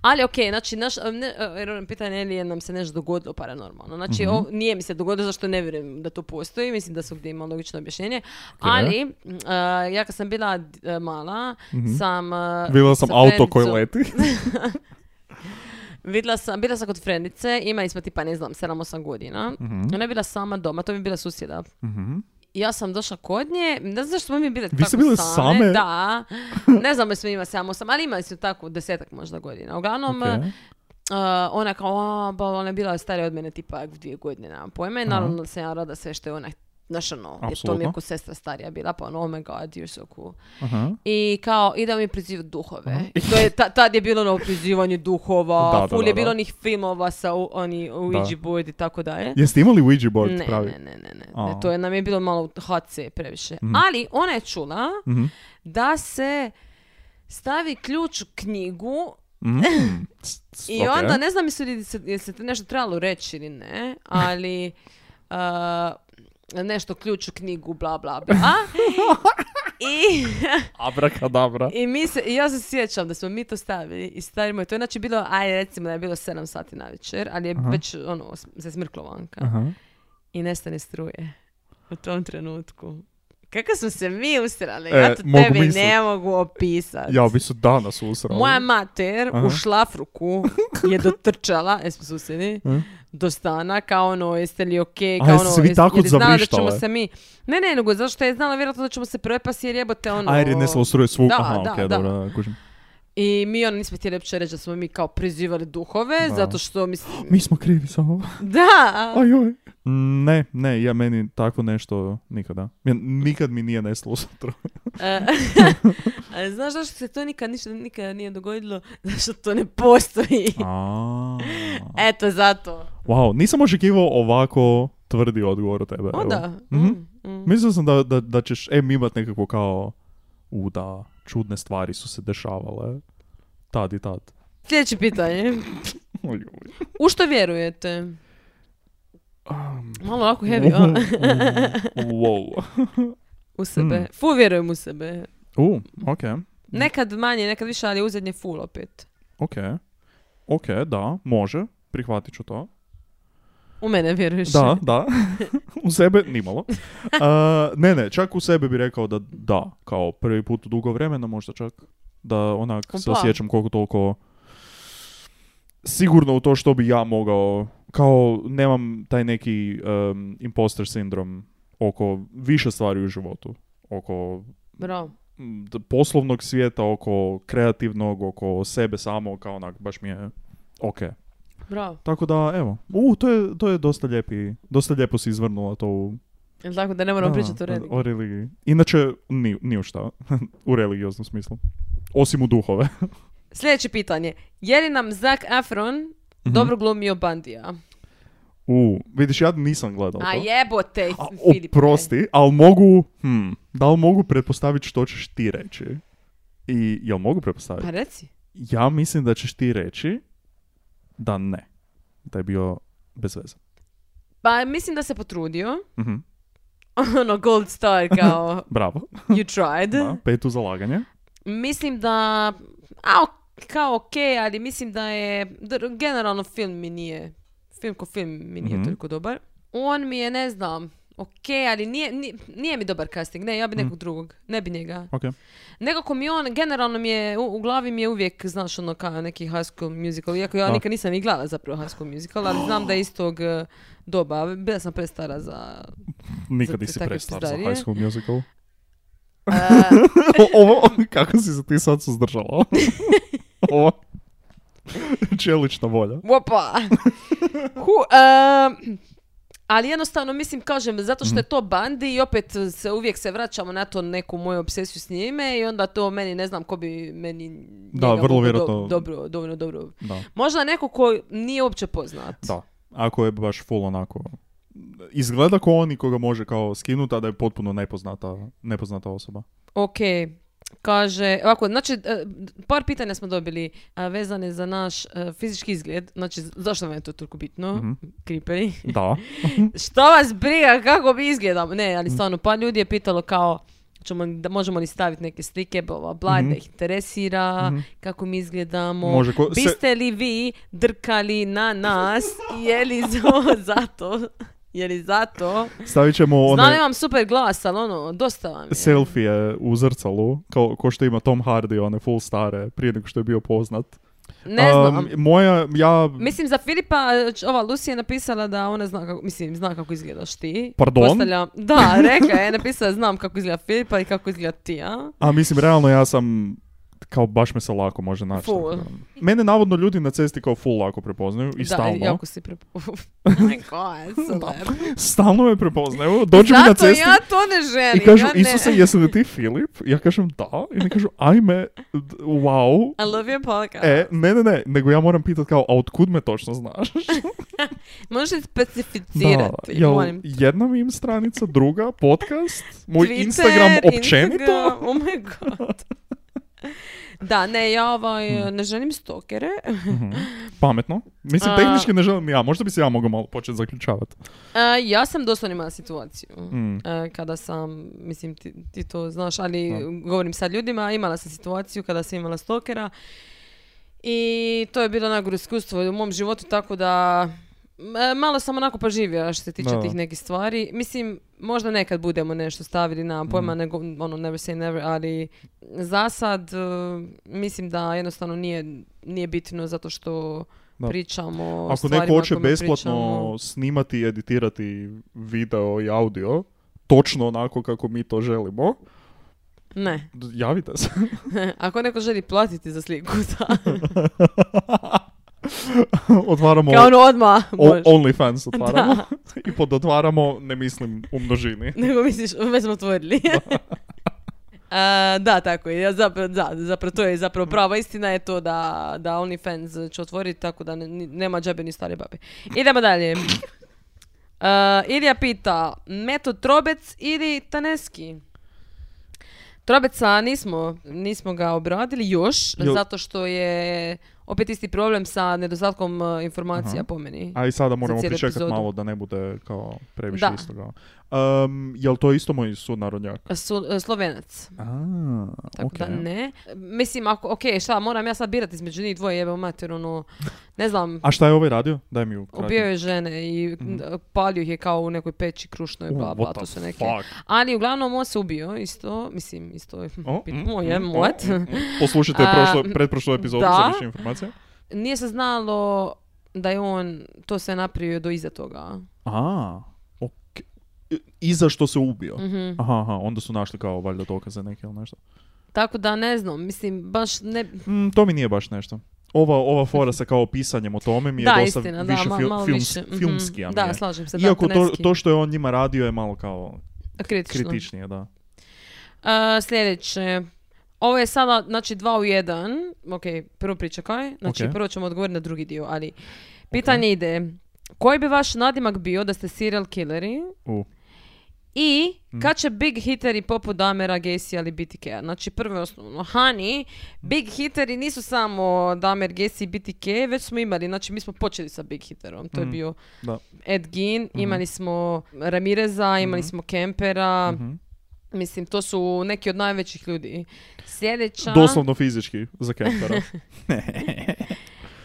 Speaker 5: Ali ok, znači, naš, ne, jer ono, pitanje je li je nam se nešto dogodilo paranormalno. Znači,
Speaker 4: Mhm.
Speaker 5: o- nije mi se dogodilo zašto ne vjerujem da to postoji, mislim da svugdje ima logično objašnjenje. Ali, m, a, ja kad sam bila d- e, mala, sam... a,
Speaker 4: Mhm. Vidjela sam
Speaker 5: sa
Speaker 4: auto koji
Speaker 5: frendicom- [LAUGHS]
Speaker 4: leti.
Speaker 5: Vidjela sam, bila sam kod
Speaker 4: Mhm.
Speaker 5: frendice, imali smo tipa, ne znam, 7-8 godina. Ona je bila sama doma, to mi je bila susjeda. ja sam došla kod nje, ne znam zašto smo mi bile
Speaker 4: Vi
Speaker 5: tako
Speaker 4: ste bile same? [LAUGHS]
Speaker 5: Da, ne znam jesmo ima samo sam, ali imali smo tako desetak možda godina. Uglavnom,
Speaker 4: Ok.
Speaker 5: Uh, ona kao, a, ba, ona je bila starija od mene tipa dvije godine, nemam pojma. I naravno da sam ja rada sve što je ona, znaš ono, jer to mi je
Speaker 4: Mhm. Apsolutno.
Speaker 5: ko sestra starija bila, pa ono, oh my god, you're so cool.
Speaker 4: Aha.
Speaker 5: I kao, idem mi prizivat duhove. I to je, ta, tad je bilo ono prizivanje duhova,
Speaker 4: Mhm. Da, da,
Speaker 5: ful
Speaker 4: da,
Speaker 5: je bilo
Speaker 4: da.
Speaker 5: onih filmova sa u- oni Ouija board i tako dalje.
Speaker 4: Jeste imali Ouija board
Speaker 5: Ne,
Speaker 4: pravi?
Speaker 5: ne, ne, ne, ne.
Speaker 4: A.
Speaker 5: To je, nam je bilo malo HC previše. Ali ona je čula
Speaker 4: Mhm.
Speaker 5: da se stavi ključ u knjigu
Speaker 4: Mm. S- s-
Speaker 5: [LAUGHS] i
Speaker 4: ok.
Speaker 5: onda ne znam jesu li se, jel se to nešto trebalo reći ili ne,
Speaker 4: [LAUGHS]
Speaker 5: ali a, nešto ključ u knjigu, bla, bla,
Speaker 4: [LAUGHS]
Speaker 5: bla. I,
Speaker 4: Abrakadabra.
Speaker 5: i mi se, i ja se sjećam da smo mi to stavili i stari moj, to je znači bilo, aj recimo da je bilo 7 sati na večer, ali je već ono, sm- se smrklo vanka.
Speaker 4: Aha.
Speaker 5: i nestane struje u tom trenutku. Kako smo se mi usrali,
Speaker 4: E,
Speaker 5: ja to
Speaker 4: mogu
Speaker 5: tebi
Speaker 4: mislit.
Speaker 5: ne mogu opisati.
Speaker 4: Ja bi se danas usrao.
Speaker 5: Moja mater
Speaker 4: Aha.
Speaker 5: u šlafruku
Speaker 4: [LAUGHS]
Speaker 5: je dotrčala, jesmo susjedi,
Speaker 4: Mhm.
Speaker 5: do stana, kao ono, jeste li okej,
Speaker 4: A,
Speaker 5: kao
Speaker 4: jeste
Speaker 5: ono,
Speaker 4: se vi
Speaker 5: jes-
Speaker 4: tako
Speaker 5: jer je znala da ćemo
Speaker 4: zavrištale?
Speaker 5: se mi... Ne, ne, nego zašto je znala vjerojatno da ćemo se prepasti jer jebote ono...
Speaker 4: A jer je nesla struje svu.
Speaker 5: Da,
Speaker 4: Aha,
Speaker 5: da,
Speaker 4: ok,
Speaker 5: da.
Speaker 4: dobro, da, kužim.
Speaker 5: I mi ono nismo htjeli uopće reći da smo mi kao prizivali duhove,
Speaker 4: Da.
Speaker 5: zato što mislim...
Speaker 4: [GASPS] Mi smo krivi za ovo.
Speaker 5: Da!
Speaker 4: Ajoj. Mm, Ne, ne, ja meni tako nešto nikada. Ja, nikad mi nije nestalo
Speaker 5: [LAUGHS]
Speaker 4: sutra. [LAUGHS]
Speaker 5: E, a Znaš zašto se to nikad ništa nikad nije dogodilo? [LAUGHS] Zašto to ne postoji. Eto zato.
Speaker 4: wow, nisam očekivao ovako tvrdi odgovor od tebe. evo.
Speaker 5: Onda.
Speaker 4: Mhm.
Speaker 5: mm, mm.
Speaker 4: Mislio sam da, da, da ćeš em imat nekako kao u da čudne stvari su se dešavale tad i tad.
Speaker 5: Sljedeće pitanje.
Speaker 4: Ajoj.
Speaker 5: U što vjerujete? Malo ovako heavy,
Speaker 4: [LAUGHS] Mm.
Speaker 5: a?
Speaker 4: Um, wow.
Speaker 5: U sebe.
Speaker 4: Mm.
Speaker 5: Ful vjerujem u sebe.
Speaker 4: U, ok,
Speaker 5: Nekad manje, nekad više, ali uzadnje ful opet.
Speaker 4: ok. Ok, da, može, prihvatit ću to.
Speaker 5: U mene vjeruješ.
Speaker 4: Da, da. [LAUGHS] u sebe nimalo. A, ne, ne, čak u sebe bi rekao da da, kao prvi put u dugo vremena možda čak da onak se
Speaker 5: Kompla.
Speaker 4: osjećam koliko toliko sigurno u to što bi ja mogao, kao nemam taj neki em, imposter sindrom oko više stvari u životu, oko
Speaker 5: Bravo.
Speaker 4: m, d- poslovnog svijeta, oko kreativnog, oko sebe samo, kao onak, baš mi je ok.
Speaker 5: Bravo.
Speaker 4: Tako da, evo, u, to je, to je dosta lijepi, dosta lijepo si izvrnula to u
Speaker 5: Jel tako da ne moram
Speaker 4: da,
Speaker 5: pričati o redu?
Speaker 4: O religiji. Inače, ni, ni u šta. [LAUGHS] u religioznom smislu. Osim u duhove.
Speaker 5: Sljedeće pitanje. Je li nam Zac Efron
Speaker 4: Mhm.
Speaker 5: dobro glumio Bandija?
Speaker 4: U, vidiš, ja nisam gledao to.
Speaker 5: A jebote,
Speaker 4: A,
Speaker 5: Filip.
Speaker 4: oprosti, ali mogu, hm, da li mogu pretpostaviti što ćeš ti reći? I, jel mogu pretpostaviti?
Speaker 5: Pa reci.
Speaker 4: Ja mislim da ćeš ti reći da ne. Da je bio bez veze.
Speaker 5: Pa mislim da se potrudio. [LAUGHS]
Speaker 4: Mhm,
Speaker 5: ono gold star kao
Speaker 4: Bravo.
Speaker 5: you tried.
Speaker 4: Da, petu zalaganje.
Speaker 5: Mislim da, a ok- kao ok, ali mislim da je, dr- generalno film mi nije, film ko film mi nije
Speaker 4: Mhm.
Speaker 5: toliko dobar. On mi je, ne znam, ok, ali nije, nije, nije mi dobar casting, ne,
Speaker 4: Mhm.
Speaker 5: ja bi nekog drugog, ne bi njega.
Speaker 4: Ok.
Speaker 5: Nekako mi on, generalno mi je, u, u glavi mi je uvijek, znaš, ono, kao neki High School Musical, iako ja
Speaker 4: Da.
Speaker 5: nikad nisam ni gledala zapravo High School Musical, ali znam da je istog eh, doba, bila sam prestara za
Speaker 4: Nikad
Speaker 5: Za
Speaker 4: nisi
Speaker 5: takve
Speaker 4: prestar za
Speaker 5: pizdarije.
Speaker 4: High School Musical. [LAUGHS] Ovo, kako si se ti
Speaker 5: [LAUGHS]
Speaker 4: sad suzdržala? Ovo. Čelična volja. [LAUGHS]
Speaker 5: Opa! Hu, em, ali jednostavno, mislim, kažem, zato što je
Speaker 4: Mhm.
Speaker 5: to bandi i opet se, uvijek se vraćamo na to neku moju obsesiju s njime i onda to meni, ne znam ko bi meni njega
Speaker 4: Da, vrlo
Speaker 5: mogao do-
Speaker 4: vjerojatno.
Speaker 5: dobro, dovoljno dobro.
Speaker 4: Da.
Speaker 5: Možda neko ko nije uopće poznat.
Speaker 4: Da. Ako je baš full onako... Izgleda ko oni koga može kao skinuti, a da je potpuno nepoznata, nepoznata osoba.
Speaker 5: Ok, kaže, ovako, znači, e, par pitanja smo dobili a, vezane za naš e, fizički izgled, znači, zašto vam je to toliko bitno,
Speaker 4: Mhm.
Speaker 5: kriperi?
Speaker 4: Da.
Speaker 5: Što vas briga kako mi izgledamo? Ne, ali stvarno, pa ljudi je pitalo kao ćemo, da možemo li staviti neke slike, bla, bla, bla, da ih interesira, kako mi izgledamo.
Speaker 4: Mhm. Može ko- se-
Speaker 5: Biste li vi drkali na nas? Je li zo- zato? Je li zato?
Speaker 4: Stavit ćemo
Speaker 5: Znam
Speaker 4: one
Speaker 5: imam super glas, ali ono, dosta vam je.
Speaker 4: selfije u zrcalu, kao, ko što ima Tom Hardy, one full stare, prije nego što je bio poznat.
Speaker 5: Ne znam.
Speaker 4: Um, moja, ja...
Speaker 5: Mislim, za Filipa, č- ova Lucy je napisala da ona zna kako, mislim, zna kako izgledaš ti.
Speaker 4: Pardon?
Speaker 5: Postavljam- da, rekla je, napisala znam kako izgleda Filipa i kako izgleda ti, a?
Speaker 4: A mislim, realno ja sam kao baš me se lako može naći.
Speaker 5: Full.
Speaker 4: tako da. Mene navodno ljudi na cesti kao full lako prepoznaju i
Speaker 5: da,
Speaker 4: stalno.
Speaker 5: jako si [LAUGHS]
Speaker 4: [LAUGHS]
Speaker 5: pre... oh my god, celeb.
Speaker 4: Stalno me prepoznaju, dođu mi na
Speaker 5: Zato
Speaker 4: cesti
Speaker 5: ja to ne želim,
Speaker 4: i kažu
Speaker 5: ja ne.
Speaker 4: Isuse, jesi li ti Filip? Ja kažem da. I oni kažu ajme, d- wow.
Speaker 5: I love your podcast.
Speaker 4: E, ne, ne, ne, nego ja moram pitat kao, a otkud me točno
Speaker 5: [LAUGHS]
Speaker 4: znaš?
Speaker 5: Možeš
Speaker 4: Da,
Speaker 5: specificirati,
Speaker 4: jel
Speaker 5: molim. te.
Speaker 4: jedna mi im stranica, druga podcast, moj
Speaker 5: Twitter,
Speaker 4: Instagram općenito.
Speaker 5: Instagram, oh my
Speaker 4: [LAUGHS]
Speaker 5: god. Da, ne, ja ovaj,
Speaker 4: Hmm.
Speaker 5: ne želim stokere.
Speaker 4: Mhm. Pametno. Mislim,
Speaker 5: A-
Speaker 4: tehnički ne želim ni ja, možda bi se ja mogao malo početi zaključavati.
Speaker 5: [LAUGHS] A, ja sam doslovno imala situaciju.
Speaker 4: Mm.
Speaker 5: E, kada sam, mislim ti, ti to znaš, ali
Speaker 4: Da.
Speaker 5: govorim sad ljudima, imala sam situaciju kada sam imala stokera i to je bilo najgore iskustvo u mom životu, tako da e, malo sam onako poživjela što se tiče
Speaker 4: Da.
Speaker 5: tih nekih stvari. Mislim, možda nekad budemo nešto stavili
Speaker 4: Mhm.
Speaker 5: na pojma, nego ono never say never, ali za sad e, mislim da jednostavno nije, nije bitno zato što
Speaker 4: Da.
Speaker 5: pričamo o
Speaker 4: Ako
Speaker 5: stvarima
Speaker 4: neko hoće
Speaker 5: o kojima
Speaker 4: besplatno
Speaker 5: pričamo.
Speaker 4: snimati i editirati video i audio, točno onako kako mi to želimo,
Speaker 5: Ne, E,
Speaker 4: d- javite se. [LAUGHS]
Speaker 5: ako neko želi platiti za sliku, [LAUGHS] da.
Speaker 4: otvaramo
Speaker 5: Kao ono odmah
Speaker 4: o-
Speaker 5: možeš. [LAUGHS]
Speaker 4: OnlyFans otvaramo i pod otvaramo ne mislim u množini.
Speaker 5: Nego misliš, već smo otvorili. [LAUGHS] A, da, tako je. Ja Zapravo, da, zapravo to je zapravo prava istina je to da, da OnlyFans će otvoriti tako da ne- ni- nema džabe ni stare babe. Idemo dalje. A, Ilija pita, Meto Trobec ili Taneski? Trobeca nismo, nismo ga obradili još,
Speaker 4: Jel-
Speaker 5: zato što je opet isti problem sa nedostatkom e, informacija po meni.
Speaker 4: A i sada moramo
Speaker 5: cijelu
Speaker 4: pričekati
Speaker 5: epizodu.
Speaker 4: malo da ne bude kao previše
Speaker 5: Da.
Speaker 4: istoga. Um, jel to isto moj sunarodnjak?
Speaker 5: Su- e, Slovenac.
Speaker 4: A,
Speaker 5: Tako
Speaker 4: ok.
Speaker 5: da ne. Mislim, ako, ok, šta, moram ja sad birati između njih dvoje, jebe mater, ono, ne znam,
Speaker 4: A Mhm. šta je ovaj radio? Daj mi u
Speaker 5: ubio je žene i n- palio ih je kao u nekoj peći krušnoj, bla, bla, to su neke. Ali uglavnom on se ubio isto, mislim, isto je
Speaker 4: O,
Speaker 5: pitmo,
Speaker 4: mm,
Speaker 5: je,
Speaker 4: mm,
Speaker 5: what?
Speaker 4: mm, mm. Poslušajte
Speaker 5: [LAUGHS] A,
Speaker 4: prošlo, pretprošlu epizodu za
Speaker 5: da.
Speaker 4: više informacija.
Speaker 5: Nije se znalo da je on to sve napravio do iza toga.
Speaker 4: A, ok. I za što se ubio?
Speaker 5: Mhm.
Speaker 4: Aha, aha, onda su našli kao valjda dokaze neke ili nešto.
Speaker 5: Tako da ne znam, mislim, baš ne...
Speaker 4: Mm, to mi nije baš nešto. Ova, ova fora sa kao pisanjem o tome mi je
Speaker 5: da,
Speaker 4: dosta
Speaker 5: istina,
Speaker 4: više
Speaker 5: da, ma-
Speaker 4: fil-
Speaker 5: malo
Speaker 4: films-
Speaker 5: više. mhm.
Speaker 4: filmski, a mi
Speaker 5: Da,
Speaker 4: je.
Speaker 5: slažem se,
Speaker 4: Iako
Speaker 5: da,
Speaker 4: to,
Speaker 5: Teneski.
Speaker 4: to što je on njima radio je malo kao
Speaker 5: Kritično.
Speaker 4: kritičnije, da.
Speaker 5: Uh, sljedeće. Ovo je sada, znači, dva u jedan. Ok, prvo pričekaj. Znači,
Speaker 4: Ok.
Speaker 5: prvo ćemo odgovoriti na drugi dio, ali... Pitanje ide. Koji bi vaš nadimak bio da ste serial killeri?
Speaker 4: U.
Speaker 5: I kad će big hiteri poput Damera, Gesija ili BTK-a? Znači, prvo i osnovno, Hani, big hiteri nisu samo Damer, Gesi i BTK, već smo imali, znači mi smo počeli sa big hiterom, to je
Speaker 4: Mhm.
Speaker 5: bio
Speaker 4: Da.
Speaker 5: Ed Gein,
Speaker 4: Mhm.
Speaker 5: imali smo Ramireza, imali smo Kempera,
Speaker 4: Mhm.
Speaker 5: Mislim, to su neki od najvećih ljudi. Sljedeća,
Speaker 4: Doslovno fizički za
Speaker 5: [LAUGHS]
Speaker 4: kempera.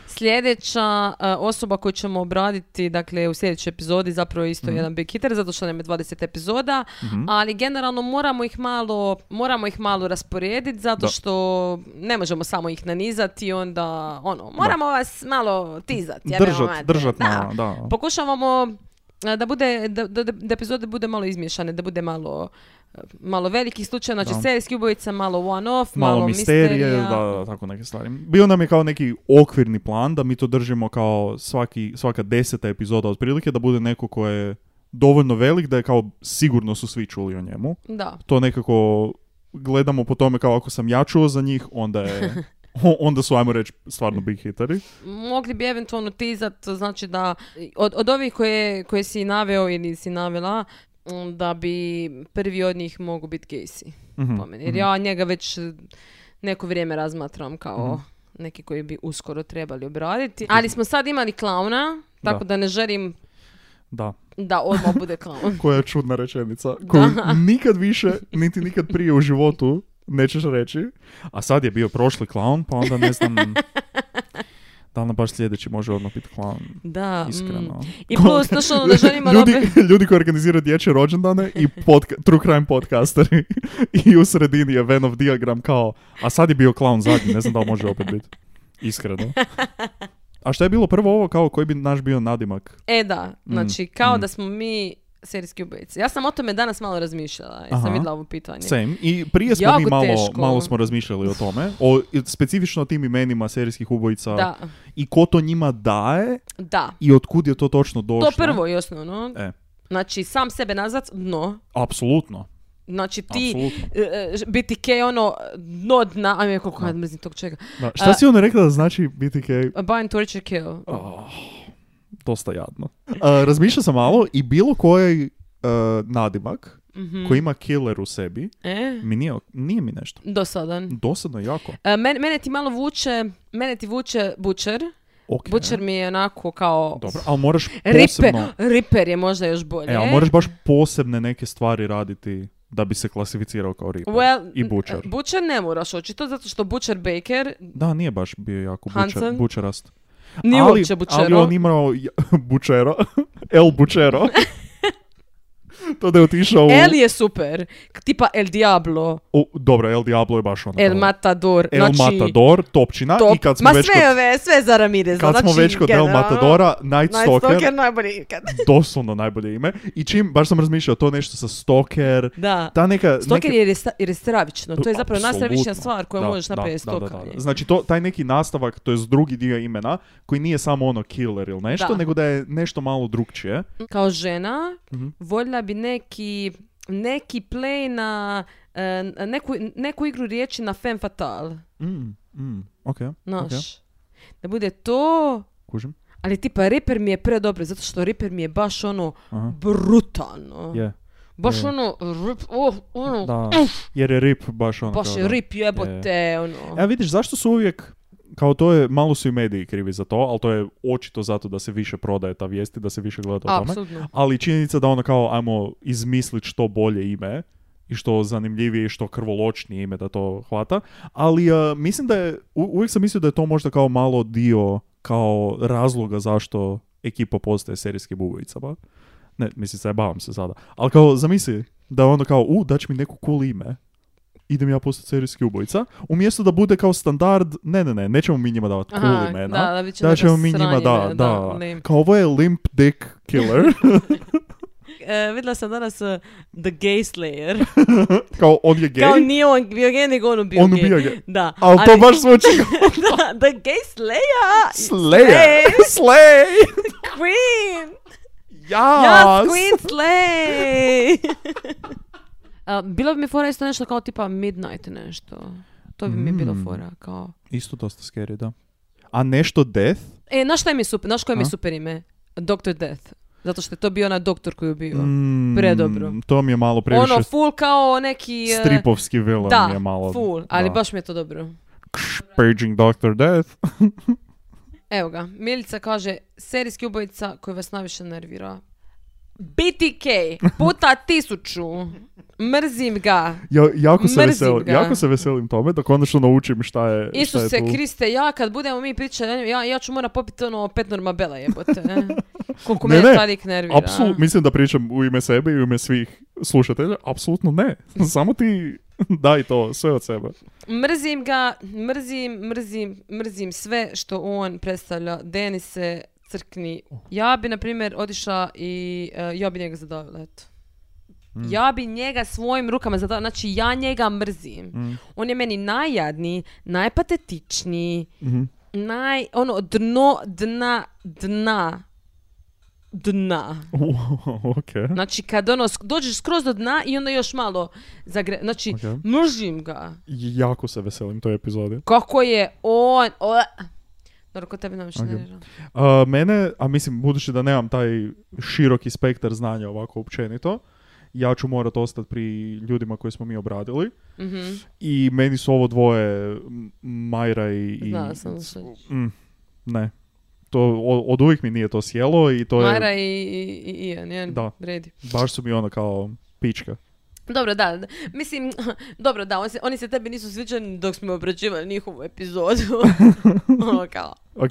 Speaker 5: sljedeća e, osoba koju ćemo obraditi dakle, u sljedećoj epizodi zapravo je isto
Speaker 4: Mhm.
Speaker 5: jedan big hitter, zato što nam je 20 epizoda, ali generalno moramo ih malo, moramo ih malo rasporediti zato
Speaker 4: Da.
Speaker 5: što ne možemo samo ih nanizati i onda ono, moramo vas malo tizati. jebe vam
Speaker 4: držat,
Speaker 5: mater.
Speaker 4: držat
Speaker 5: Da. [LAUGHS]
Speaker 4: na, da.
Speaker 5: Pokušavamo e, da bude, da, da, da epizode bude malo izmješane, da bude malo e, malo velikih slučaja, znači
Speaker 4: Da.
Speaker 5: serijski ubojica, malo one-off, malo,
Speaker 4: malo, misterije, da, da, tako neke stvari. Bio nam je kao neki okvirni plan da mi to držimo kao svaki, svaka deseta epizoda otprilike, da bude neko ko je dovoljno velik da je kao sigurno su svi čuli o njemu.
Speaker 5: Da.
Speaker 4: To nekako gledamo po tome kao ako sam ja čuo za njih, onda je... o- onda su, ajmo reći, stvarno big hiteri.
Speaker 5: Mogli bi eventualno tizat, znači da od, od ovih koje, koje si naveo ili si navela, m, da bi prvi od njih mogu biti Casey,
Speaker 4: Mhm,
Speaker 5: po meni. Jer ja njega već e, neko vrijeme razmatram kao
Speaker 4: Hm.
Speaker 5: neki koji bi uskoro trebali obraditi. Ali smo sad imali klauna, tako
Speaker 4: Da.
Speaker 5: da, ne želim
Speaker 4: Da.
Speaker 5: da odmah bude klaun.
Speaker 4: Koja je čudna rečenica. Koju
Speaker 5: [LAUGHS]
Speaker 4: nikad više, niti nikad prije u životu nećeš reći. A sad je bio prošli klaun, pa onda ne
Speaker 5: [LAUGHS]
Speaker 4: znam... Da li nam baš sljedeći može odmah biti klaun?
Speaker 5: Da, mm.
Speaker 4: Iskreno.
Speaker 5: I plus, znaš ono,
Speaker 4: [LAUGHS]
Speaker 5: da želimo
Speaker 4: ljudi,
Speaker 5: opet-
Speaker 4: ljudi koji organiziraju dječje rođendane i podca- true crime
Speaker 5: [LAUGHS]
Speaker 4: podcasteri i u sredini je Venov diagram kao, a sad je bio clown zadnji, ne znam da li može opet biti.
Speaker 5: [LAUGHS]
Speaker 4: Iskreno. A šta je bilo prvo ovo kao koji bi naš bio nadimak?
Speaker 5: E da,
Speaker 4: Mm,
Speaker 5: znači kao
Speaker 4: mm.
Speaker 5: da smo mi serijski ubojice. Ja sam o tome danas malo razmišljala jer
Speaker 4: Aha.
Speaker 5: sam vidjela ovo pitanje.
Speaker 4: Same. I prije smo
Speaker 5: Jako
Speaker 4: mi malo,
Speaker 5: teško.
Speaker 4: malo smo razmišljali o tome. O i specifično tim imenima serijskih ubojica.
Speaker 5: Da,
Speaker 4: I ko to njima daje
Speaker 5: da.
Speaker 4: i otkud je to točno došlo.
Speaker 5: To prvo i osnovno.
Speaker 4: E.
Speaker 5: Znači sam sebe nazvat dno.
Speaker 4: Apsolutno.
Speaker 5: Znači ti e,
Speaker 4: Apsolutno.
Speaker 5: e, ž- biti kej ono dno dna, ajme koliko ja mrzim tog čega.
Speaker 4: Da. Šta si ona rekla da znači BTK?
Speaker 5: Bind, torture, kill.
Speaker 4: Dosta jadno. A, razmišljao sam malo i bilo koji e, nadimak
Speaker 5: Mhm.
Speaker 4: koji ima killer u sebi
Speaker 5: E?
Speaker 4: mi nije, nije mi nešto.
Speaker 5: Dosadan.
Speaker 4: Dosadno je jako.
Speaker 5: E, men- mene ti malo vuče, mene ti vuče Butcher.
Speaker 4: Ok.
Speaker 5: Butcher mi je onako kao...
Speaker 4: E. Dobro, ali moraš
Speaker 5: Ripe,
Speaker 4: posebno...
Speaker 5: Ripper je možda još bolje.
Speaker 4: E, ali moraš baš posebne neke stvari raditi da bi se klasificirao kao Reaper.
Speaker 5: Well,
Speaker 4: I Butcher.
Speaker 5: Butcher ne moraš očito, zato što Butcher Baker
Speaker 4: Da, nije baš bio jako bučer,
Speaker 5: Hansen?
Speaker 4: bučerast.
Speaker 5: nije
Speaker 4: ali,
Speaker 5: uopće no. Butchero.
Speaker 4: Ali on imao j- [LAUGHS] bučero. El
Speaker 5: [LAUGHS]
Speaker 4: bučero. to da je otišao u...
Speaker 5: El je super. K- Tipa El Diablo,
Speaker 4: u- dobro, El Diablo je baš ono.
Speaker 5: El
Speaker 4: kao-
Speaker 5: Matador.
Speaker 4: El
Speaker 5: znači,
Speaker 4: Matador, Topčina.
Speaker 5: Top.
Speaker 4: I kad smo
Speaker 5: Ma
Speaker 4: već
Speaker 5: sve,
Speaker 4: kod,
Speaker 5: ove, sve za Ramirez.
Speaker 4: kad
Speaker 5: znači,
Speaker 4: smo već kod El
Speaker 5: generalno,
Speaker 4: Matadora, Night
Speaker 5: Night Stalker,
Speaker 4: Stalker,
Speaker 5: najbolji ikad.
Speaker 4: doslovno najbolje ime. I čim, baš sam razmišljao, to nešto sa Stalker,
Speaker 5: Da.
Speaker 4: ta neka... neke-
Speaker 5: Stoker je, resta- jer je stravično. To je zapravo
Speaker 4: Apsolutno.
Speaker 5: najstravičnija stvar koju
Speaker 4: Da,
Speaker 5: možeš
Speaker 4: da,
Speaker 5: napraviti
Speaker 4: da, da,
Speaker 5: stokanje.
Speaker 4: da. Znači to, taj neki nastavak, to je drugi dio imena, koji nije samo ono killer ili nešto,
Speaker 5: Da.
Speaker 4: nego da je nešto malo drugčije.
Speaker 5: Kao žena,
Speaker 4: Mhm.
Speaker 5: voljela bi neki, neki play na e, neku, neku igru riječi na femme fatale.
Speaker 4: Mm, mm, ok,
Speaker 5: Naš.
Speaker 4: ok,
Speaker 5: Da bude to,
Speaker 4: kužim.
Speaker 5: ali tipa Reaper mi je predobro, zato što Reaper mi je baš ono
Speaker 4: Aha.
Speaker 5: brutalno.
Speaker 4: Je,
Speaker 5: Baš
Speaker 4: je.
Speaker 5: ono, rip, oh, ono,
Speaker 4: da, jer je rip baš ono
Speaker 5: baš
Speaker 4: kao
Speaker 5: je
Speaker 4: da.
Speaker 5: rip jebote, ono.
Speaker 4: E, vidiš, zašto su uvijek, kao to je, malo su i mediji krivi za to, ali to je očito zato da se više prodaje ta vijesti, da se više gleda o tome.
Speaker 5: Apsolutno.
Speaker 4: [LAUGHS] Ali činjenica da ono kao, ajmo izmislit što bolje ime i što zanimljivije i što krvoločnije ime da to hvata. Ali uh, mislim da je, u- uvijek sam mislio da je to možda kao malo dio, kao razloga zašto ekipa postaje serijski bubovica. ba? Ne, mislim, zajebavam se sada. Ali kao, zamisli da je ono kao, u, daći mi neko cool ime. Idem ja postati serijski ubojica. Umjesto da bude kao standard, ne, ne, ne, nećemo mi njima davati cool
Speaker 5: Aha,
Speaker 4: imena.
Speaker 5: da, da, bit će
Speaker 4: da
Speaker 5: neka
Speaker 4: ćemo mi njima,
Speaker 5: sranje
Speaker 4: da,
Speaker 5: imena,
Speaker 4: da.
Speaker 5: da, lame.
Speaker 4: Kao ovo je limp dick
Speaker 5: [LAUGHS]
Speaker 4: killer.
Speaker 5: E, vidjela sam danas e, The Gay Slayer.
Speaker 4: kao on je gay.
Speaker 5: [LAUGHS] Kao nije on bio gay, nego on ubio
Speaker 4: on
Speaker 5: gay.
Speaker 4: ubija gay.
Speaker 5: Da.
Speaker 4: Ali to baš zvuči
Speaker 5: [LAUGHS] da, The Gay Slayer!
Speaker 4: Slayer. Slay.
Speaker 5: Queen!
Speaker 4: Jas.
Speaker 5: Yes, Queen Slay! [LAUGHS] A, bilo bi mi fora isto nešto kao tipa Midnight nešto. To bi mi bilo
Speaker 4: Mm.
Speaker 5: fora, kao...
Speaker 4: Isto dosta scary, da. A nešto death?
Speaker 5: E, znaš šta je mi super, znaš koje mi
Speaker 4: A?
Speaker 5: je super ime? Dr. Death. Zato što je to bio onaj doktor koji je bio.
Speaker 4: Mm,
Speaker 5: Predobro.
Speaker 4: To mi je malo previše
Speaker 5: ono, full kao neki... e,
Speaker 4: stripovski villain
Speaker 5: da,
Speaker 4: mi je malo.
Speaker 5: full, ali
Speaker 4: da.
Speaker 5: baš mi je to dobro.
Speaker 4: Kš, Paging Dr. Death.
Speaker 5: Evo ga, Milica kaže, serijski ubojica koji vas najviše nervira. BTK puta tisuću. Mrzim ga.
Speaker 4: Ja, jako, se
Speaker 5: Mrzim
Speaker 4: veselim,
Speaker 5: ga.
Speaker 4: jako se veselim tome da konačno naučim šta je, šta je
Speaker 5: Isuse
Speaker 4: tu.
Speaker 5: Kriste, ja kad budemo mi pričali o njemu, ja, ja ću moram popiti ono pet normabela jebote. [LAUGHS] eh. Koliko
Speaker 4: Ne,
Speaker 5: mene
Speaker 4: ne,
Speaker 5: taj lik nervira.
Speaker 4: Apsolut, mislim da pričam u ime sebe i u ime svih slušatelja. Apsolutno ne. [LAUGHS] Samo ti daj to, sve od sebe. [LAUGHS]
Speaker 5: Mrzim ga, mrzim, mrzim, mrzim sve što on predstavlja. Denise, crkni. Ja bi, na primjer, otišla i eh, ja bi njega zadavila, eto.
Speaker 4: Mm.
Speaker 5: Ja bi njega svojim rukama zadavila, znači ja njega mrzim.
Speaker 4: Mm.
Speaker 5: On je meni najjadniji, najpatetičniji,
Speaker 4: Mhm.
Speaker 5: naj, ono, dno, dna, dna, dna.
Speaker 4: Wow, ok.
Speaker 5: Znači, kad ono, sk- dođeš skroz do dna i onda još malo zagre... Znači,
Speaker 4: Ok.
Speaker 5: mrzim ga.
Speaker 4: Jako se veselim toj epizodi.
Speaker 5: Kako je on... O... Dobro, kod tebe nam
Speaker 4: Ok.
Speaker 5: ne
Speaker 4: A, mene, a mislim, budući da nemam taj široki spektar znanja ovako općenito, ja ću morat ostati pri ljudima koje smo mi obradili.
Speaker 5: Mhm,
Speaker 4: I meni su ovo dvoje, m, Majra i... i-
Speaker 5: znala sam da se...
Speaker 4: Mm, ne. To, o- od uvijek mi nije to sjelo i to je...
Speaker 5: Mara i, i, i Ian, jel?
Speaker 4: Da.
Speaker 5: Redi.
Speaker 4: Baš su mi ono kao pička.
Speaker 5: Dobro, da, da. mislim, [LAUGHS] dobro, da, on se, oni se tebi nisu sviđali dok smo obrađivali njihovu
Speaker 4: [LAUGHS]
Speaker 5: epizodu. ono kao,
Speaker 4: Ok,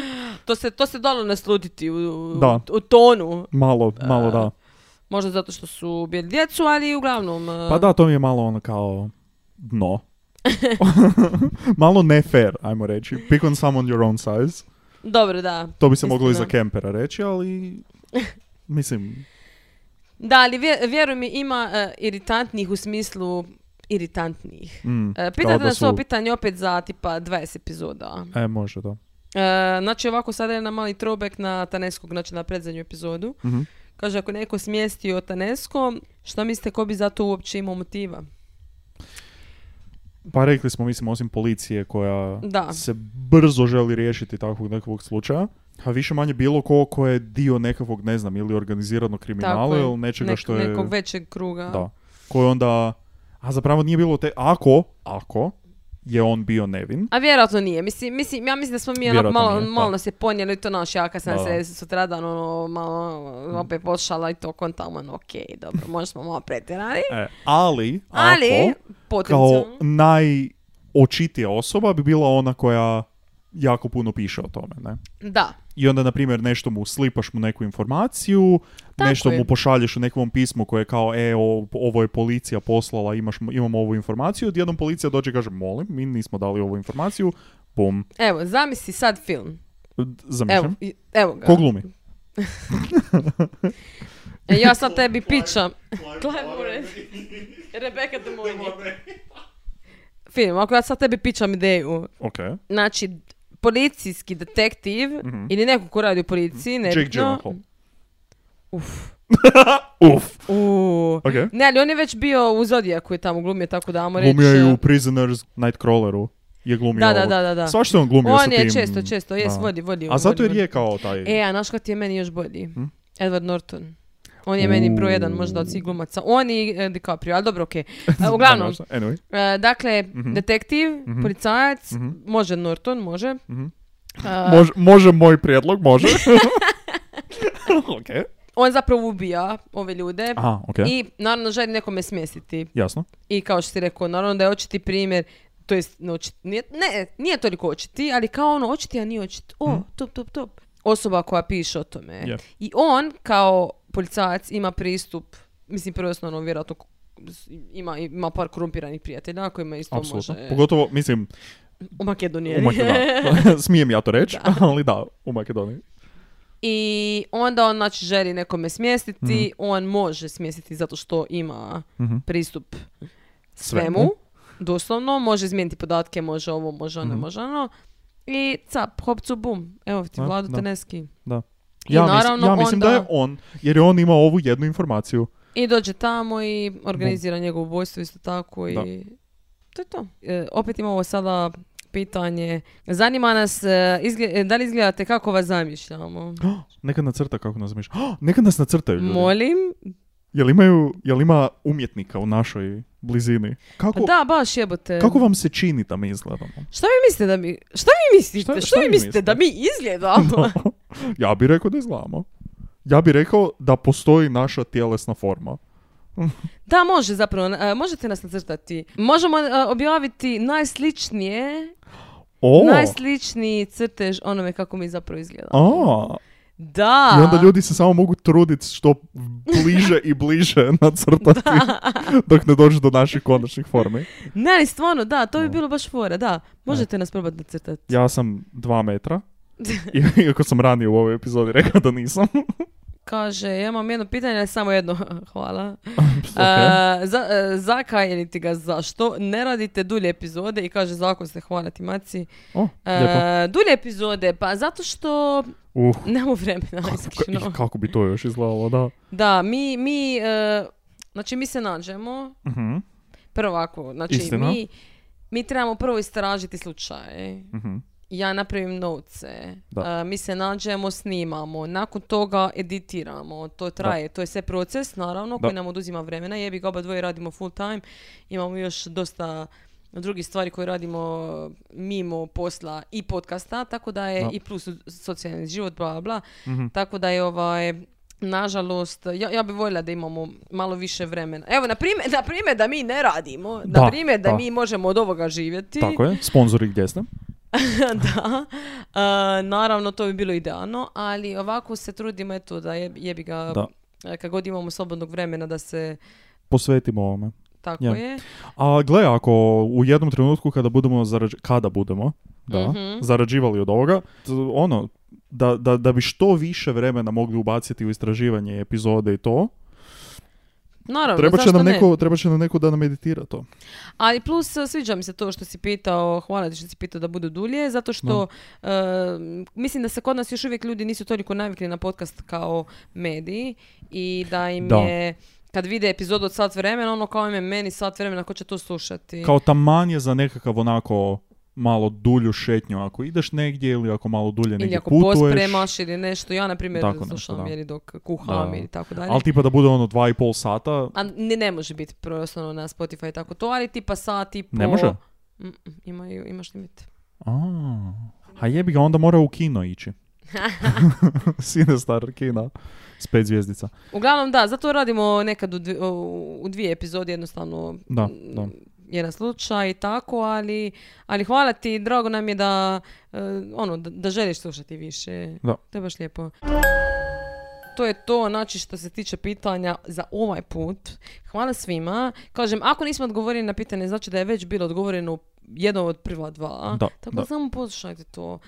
Speaker 4: [LAUGHS]
Speaker 5: To se, to se dalo naslutiti u, u-
Speaker 4: Da.
Speaker 5: u tonu.
Speaker 4: malo, malo da.
Speaker 5: Možda zato što su bili djecu, ali uglavnom... e,
Speaker 4: [LAUGHS] Pa da, to mi je malo ono kao dno. Malo ne fair, ajmo reći. Pick on someone your own size.
Speaker 5: Dobro, da.
Speaker 4: To bi se moglo i za
Speaker 5: Istina.
Speaker 4: kempera
Speaker 5: [LAUGHS]
Speaker 4: reći, ali... Mislim,
Speaker 5: Da, ali vje- vjeruj mi, ima e, iritantnih u smislu iritantnih.
Speaker 4: mm,
Speaker 5: E,
Speaker 4: kao
Speaker 5: pitate
Speaker 4: da
Speaker 5: nas
Speaker 4: su-
Speaker 5: ovo pitanje opet za tipa 20 epizoda.
Speaker 4: E, može, da.
Speaker 5: E, znači ovako sada je na mali trobek na Taneskog, znači na predzadnju epizodu.
Speaker 4: Mhm.
Speaker 5: Kaže, ako je neko smjestio Tanesko, šta mislite ko bi za to uopće imao motiva?
Speaker 4: Pa rekli smo, mislim, osim policije koja
Speaker 5: Da.
Speaker 4: se brzo želi riješiti takvog nekakvog slučaja, a više manje bilo ko ko je dio nekakvog, ne znam, ili organiziranog kriminala
Speaker 5: je.
Speaker 4: ili nečega
Speaker 5: Nek-
Speaker 4: što je...
Speaker 5: Nekog većeg kruga.
Speaker 4: Da. Koji onda... A zapravo nije bilo te... Ako, ako je on bio nevin,
Speaker 5: A vjerojatno nije. Mislim, mislim, ja mislim da smo mi onako
Speaker 4: Vjerojatno
Speaker 5: malo,
Speaker 4: nije, da.
Speaker 5: malo nas je ponijeli, to naš jaka sam
Speaker 4: Da, da.
Speaker 5: se sutradan ono, malo ono, opet pošala i to kontam, ono, ok,
Speaker 4: [LAUGHS]
Speaker 5: dobro, možda smo malo pretjerani.
Speaker 4: e, ali,
Speaker 5: Ali,
Speaker 4: ako, kao
Speaker 5: potencijalno.
Speaker 4: najočitija osoba bi bila ona koja jako puno piše o tome, ne?
Speaker 5: Da.
Speaker 4: I onda, na primjer, nešto mu slipaš mu neku informaciju,
Speaker 5: Tako
Speaker 4: nešto
Speaker 5: je.
Speaker 4: mu pošalješ u nekom pismu koje je kao, e, o- ovo je policija poslala, imaš, imamo ovu informaciju, odjednom policija dođe i kaže, molim, mi nismo dali ovu informaciju, bum,
Speaker 5: Evo, zamisli sad film.
Speaker 4: d-
Speaker 5: Evo,
Speaker 4: zamišljam.
Speaker 5: i- evo ga.
Speaker 4: Ko glumi?
Speaker 5: E, ja sad tebi pičam. Clive Murray. Rebeka de Film, ako ja sad tebi pičam ideju.
Speaker 4: Ok.
Speaker 5: Znači, policijski detektiv
Speaker 4: Mhm.
Speaker 5: ili neko ko radi u policiji, nebitno.
Speaker 4: Jake
Speaker 5: Mm.
Speaker 4: Gyllenhaal.
Speaker 5: Uf.
Speaker 4: Uf.
Speaker 5: U.
Speaker 4: Ok.
Speaker 5: Ne, ali on je već bio u Zodijaku je tamo glumio, tako da ajmo reći... e.
Speaker 4: Glumio je i u Prisoners Nightcrawleru. Je glumio
Speaker 5: Da, da,
Speaker 4: ovog.
Speaker 5: da, da, da.
Speaker 4: Svašta je on glumio sa
Speaker 5: On
Speaker 4: tim.
Speaker 5: je često, često, jes,
Speaker 4: da.
Speaker 5: vodi, vodi.
Speaker 4: A
Speaker 5: on
Speaker 4: zato jer
Speaker 5: vodi,
Speaker 4: je kao taj...
Speaker 5: vodi. E, a znaš ko ti je meni još bolji?
Speaker 4: Hm?
Speaker 5: Edward Norton. On je meni broj jedan možda od svih glumaca. On i e, DiCaprio, ali
Speaker 4: [LAUGHS]
Speaker 5: dobro, okej. E, Uglavnom,
Speaker 4: Da, Anyway.
Speaker 5: e, dakle,
Speaker 4: Mhm.
Speaker 5: detektiv,
Speaker 4: Mhm.
Speaker 5: policajac,
Speaker 4: Mhm.
Speaker 5: može Norton, može.
Speaker 4: Mhm.
Speaker 5: E,
Speaker 4: Može, može moj prijedlog,
Speaker 5: [LAUGHS]
Speaker 4: može. [LAUGHS] ok.
Speaker 5: on zapravo ubija ove ljude
Speaker 4: Aha, ok.
Speaker 5: i naravno želi nekome smjestiti.
Speaker 4: Jasno.
Speaker 5: I kao što si rekao, naravno da je očiti primjer, to jest, ne, očit- nije, ne, nije toliko očiti, ali kao ono očiti, a nije očiti. O, top, top, top. Osoba koja piše o tome.
Speaker 4: Mhm. Je.
Speaker 5: I on kao policajac ima pristup, mislim prvo osnovno vjerojatno k- s- ima, ima par korumpiranih prijatelja kojima isto
Speaker 4: Apsolutno.
Speaker 5: može...
Speaker 4: Pogotovo, mislim,
Speaker 5: U Makedoniji. [LAUGHS]
Speaker 4: u Makedoniji. Smijem ja to reći, [LAUGHS] ali da, u Makedoniji.
Speaker 5: I onda on znači želi nekome smjestiti, on može smjestiti zato što ima
Speaker 4: Mhm.
Speaker 5: pristup
Speaker 4: Svemu.
Speaker 5: svemu, doslovno, može izmijeniti podatke, može ovo, može ono,
Speaker 4: Mhm.
Speaker 5: može ono. I cap, hopcu, bum, evo ti
Speaker 4: Da,
Speaker 5: Vlado
Speaker 4: da.
Speaker 5: Teneski.
Speaker 4: Da.
Speaker 5: I
Speaker 4: Ja, mis-
Speaker 5: naravno
Speaker 4: ja mislim
Speaker 5: onda-
Speaker 4: da je on, jer je on imao ovu jednu informaciju.
Speaker 5: I dođe tamo i organizira njegovo ubojstvo isto tako i...
Speaker 4: Da.
Speaker 5: To je to. E, opet imamo sada pitanje. Zanima nas, e, izgle- e, da li izgledate kako vas zamišljamo?
Speaker 4: Nekad nacrta kako nas zamišlja. [GASPS] Nekad nas nacrtaju ljudi.
Speaker 5: Molim?
Speaker 4: Jel, imaju, jel ima umjetnika u našoj blizini?
Speaker 5: Pa
Speaker 4: Kako,
Speaker 5: da, e. baš jebote.
Speaker 4: kako vam se čini da mi izgledamo?
Speaker 5: Šta vi mislite da mi... Šta vi mislite?
Speaker 4: Šta-
Speaker 5: Šta,
Speaker 4: šta
Speaker 5: vi
Speaker 4: vi
Speaker 5: mislite da mi
Speaker 4: [LAUGHS]
Speaker 5: izgledamo?
Speaker 4: ja bih rekao da izgledamo. Ja bih rekao da postoji naša tjelesna forma.
Speaker 5: da, može zapravo. e, možete nas nacrtati. Možemo e, objaviti najsličnije,
Speaker 4: O!
Speaker 5: najsličniji crtež onome kako mi zapravo izgledamo.
Speaker 4: A,
Speaker 5: Da.
Speaker 4: I onda ljudi se samo mogu truditi što bliže i bliže nacrtati [LAUGHS] dok ne dođu do naših konačnih formi.
Speaker 5: Ne, ali stvarno, da, to bi bilo baš fora, da. Možete nas probati nacrtati.
Speaker 4: Ja sam dva metra, i- iako sam ranije u ovoj epizodi rekao da nisam. [LAUGHS]
Speaker 5: Kaže, ja imam jedno pitanje, ali samo jedno, [LAUGHS] hvala.
Speaker 4: Ok.
Speaker 5: E, za, e, zakaj ili ti ga zašto? Ne radite dulje epizode i kaže, zakon ste, hvala ti maci.
Speaker 4: O,
Speaker 5: E,
Speaker 4: lijepo.
Speaker 5: dulje epizode, pa zato što
Speaker 4: Uh,
Speaker 5: [LAUGHS] Nemo vremena,
Speaker 4: kako,
Speaker 5: iskreno.
Speaker 4: i kako bi to još izgledalo, da.
Speaker 5: Da, mi, mi, e, znači mi se nađemo,
Speaker 4: Mhm,
Speaker 5: prvo ovako, znači
Speaker 4: Istina.
Speaker 5: mi, mi trebamo prvo istražiti slučaj.
Speaker 4: mhm.
Speaker 5: Ja napravim novce, Eh,
Speaker 4: Da.
Speaker 5: mi se nađemo, snimamo, nakon toga editiramo, to traje, to je sve proces naravno koji
Speaker 4: Da.
Speaker 5: nam oduzima vremena, jebi ga oba dvoje radimo full time, imamo još dosta drugih stvari koje radimo eh, mimo posla i podcasta, tako da je
Speaker 4: Da.
Speaker 5: i plus socijalni život, bla, bla, bla.
Speaker 4: Mhm.
Speaker 5: Tako da je ovaj, nažalost, ja, ja bi voljela da imamo malo više vremena. Evo, na primjer, na primjer da mi ne radimo,
Speaker 4: Da,
Speaker 5: na primjer da,
Speaker 4: da.
Speaker 5: mi možemo od ovoga živjeti.
Speaker 4: Tako je, sponzori gdje ste?
Speaker 5: [LAUGHS] da. E, naravno, to bi bilo idealno, ali ovako se trudimo, eto, da je, jebi ga,
Speaker 4: Da.
Speaker 5: e, kad god imamo slobodnog vremena da se
Speaker 4: Posvetimo ovome.
Speaker 5: Tako
Speaker 4: Je.
Speaker 5: je.
Speaker 4: A gle, ako u jednom trenutku kada budemo, zarađ... kada budemo, da,
Speaker 5: Mhm.
Speaker 4: zarađivali od ovoga, t- ono, da, da, da bi što više vremena mogli ubaciti u istraživanje epizode i to,
Speaker 5: Naravno,
Speaker 4: treba će,
Speaker 5: zašto
Speaker 4: nam
Speaker 5: ne?
Speaker 4: neko, treba će nam neko da nam meditira to.
Speaker 5: Ali plus e, sviđa mi se to što si pitao, hvala ti što si pitao da budu dulje, zato što e, mislim da se kod nas još uvijek ljudi nisu toliko navikli na podcast kao mediji i da im
Speaker 4: Da.
Speaker 5: je kad vide epizodu od sat vremena, ono kao ime meni sat vremena, ko će to slušati?
Speaker 4: Kao taman je za nekakav onako malo dulju šetnju ako ideš negdje ili ako malo dulje
Speaker 5: ili
Speaker 4: negdje
Speaker 5: ako
Speaker 4: putuješ.
Speaker 5: pospremaš ili nešto. Ja, na primjer,
Speaker 4: Tako nešto,
Speaker 5: slušam
Speaker 4: da.
Speaker 5: jer i dok kuham
Speaker 4: Da.
Speaker 5: ili tako dalje.
Speaker 4: Ali tipa da bude ono dva i pol sata,
Speaker 5: A ne, ne može biti prostorno na Spotify i tako to, ali tipa sat i po...
Speaker 4: ne može?
Speaker 5: Mm, mm, imaju, imaš limit.
Speaker 4: A, a jebi ga, onda mora u
Speaker 5: [LAUGHS]
Speaker 4: kino ići. [LAUGHS] Sinestar kina s pet zvjezdica.
Speaker 5: Uglavnom da, zato radimo nekad u, dvi- u- u dvije epizode jednostavno
Speaker 4: Da,
Speaker 5: m,
Speaker 4: da.
Speaker 5: jedan slučaj i tako, ali, ali hvala ti, drago nam je da, e, ono, da, da želiš slušati više.
Speaker 4: Da.
Speaker 5: To je baš lijepo. To je to, znači što se tiče pitanja za ovaj put. Hvala svima. Kažem, ako nismo odgovorili na pitanje, znači da je već bilo odgovoreno u jednom od prva dva.
Speaker 4: Da,
Speaker 5: Tako
Speaker 4: da.
Speaker 5: samo poslušajte to.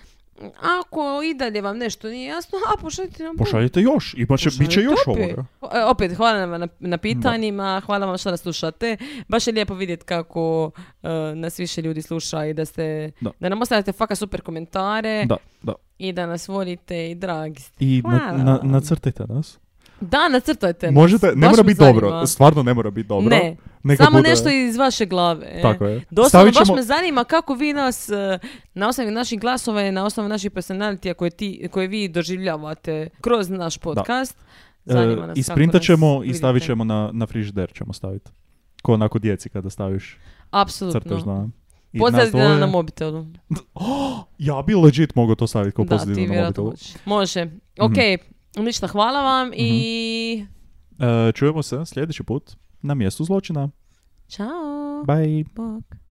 Speaker 5: Ako i dalje vam nešto nije jasno, a pošaljite nam
Speaker 4: Pošaljite još, imat će, bit će
Speaker 5: Pošaljite
Speaker 4: još
Speaker 5: opet.
Speaker 4: ovoga.
Speaker 5: E, Opet, hvala vam na, na pitanjima, hvala vam što nas slušate. Baš je lijepo vidjeti kako e, nas više ljudi sluša i da, ste,
Speaker 4: Da.
Speaker 5: da. nam ostavljate faka super komentare
Speaker 4: Da, da.
Speaker 5: i da nas volite i dragi ste.
Speaker 4: I na,
Speaker 5: Hvala
Speaker 4: na,
Speaker 5: vam.
Speaker 4: nacrtajte nas.
Speaker 5: Da, nacrtajte nas.
Speaker 4: Možete, ne
Speaker 5: Baš
Speaker 4: mora
Speaker 5: me
Speaker 4: biti
Speaker 5: zanima.
Speaker 4: dobro, stvarno ne mora biti dobro.
Speaker 5: Ne,
Speaker 4: Neka
Speaker 5: samo
Speaker 4: bude-
Speaker 5: nešto iz vaše glave. e.
Speaker 4: Tako je.
Speaker 5: Doslovno,
Speaker 4: Stavit ćemo-
Speaker 5: baš me zanima kako vi nas e, na osnovi naših glasova i na osnovi naših personalitija koje, ti, koje vi doživljavate kroz naš podcast. Zanima
Speaker 4: E,
Speaker 5: nas
Speaker 4: Isprintat
Speaker 5: kako nas
Speaker 4: ćemo i stavit
Speaker 5: vidite.
Speaker 4: ćemo na, na frižider ćemo staviti. Ko onako djeci kada staviš crtež
Speaker 5: Apsolutno.
Speaker 4: no. na... i nas
Speaker 5: Pozdravite
Speaker 4: dvoje.
Speaker 5: na, na mobitelu.
Speaker 4: Ja bi legit mogao to staviti kao
Speaker 5: Da,
Speaker 4: pozitivno
Speaker 5: ti
Speaker 4: na
Speaker 5: vjerojatno
Speaker 4: mobitelu.
Speaker 5: možeš. Može. Ok, ništa, hvala vam i...
Speaker 4: E, čujemo se sljedeći put na mjestu zločina.
Speaker 5: Ćao.
Speaker 4: Bye.
Speaker 5: Bog.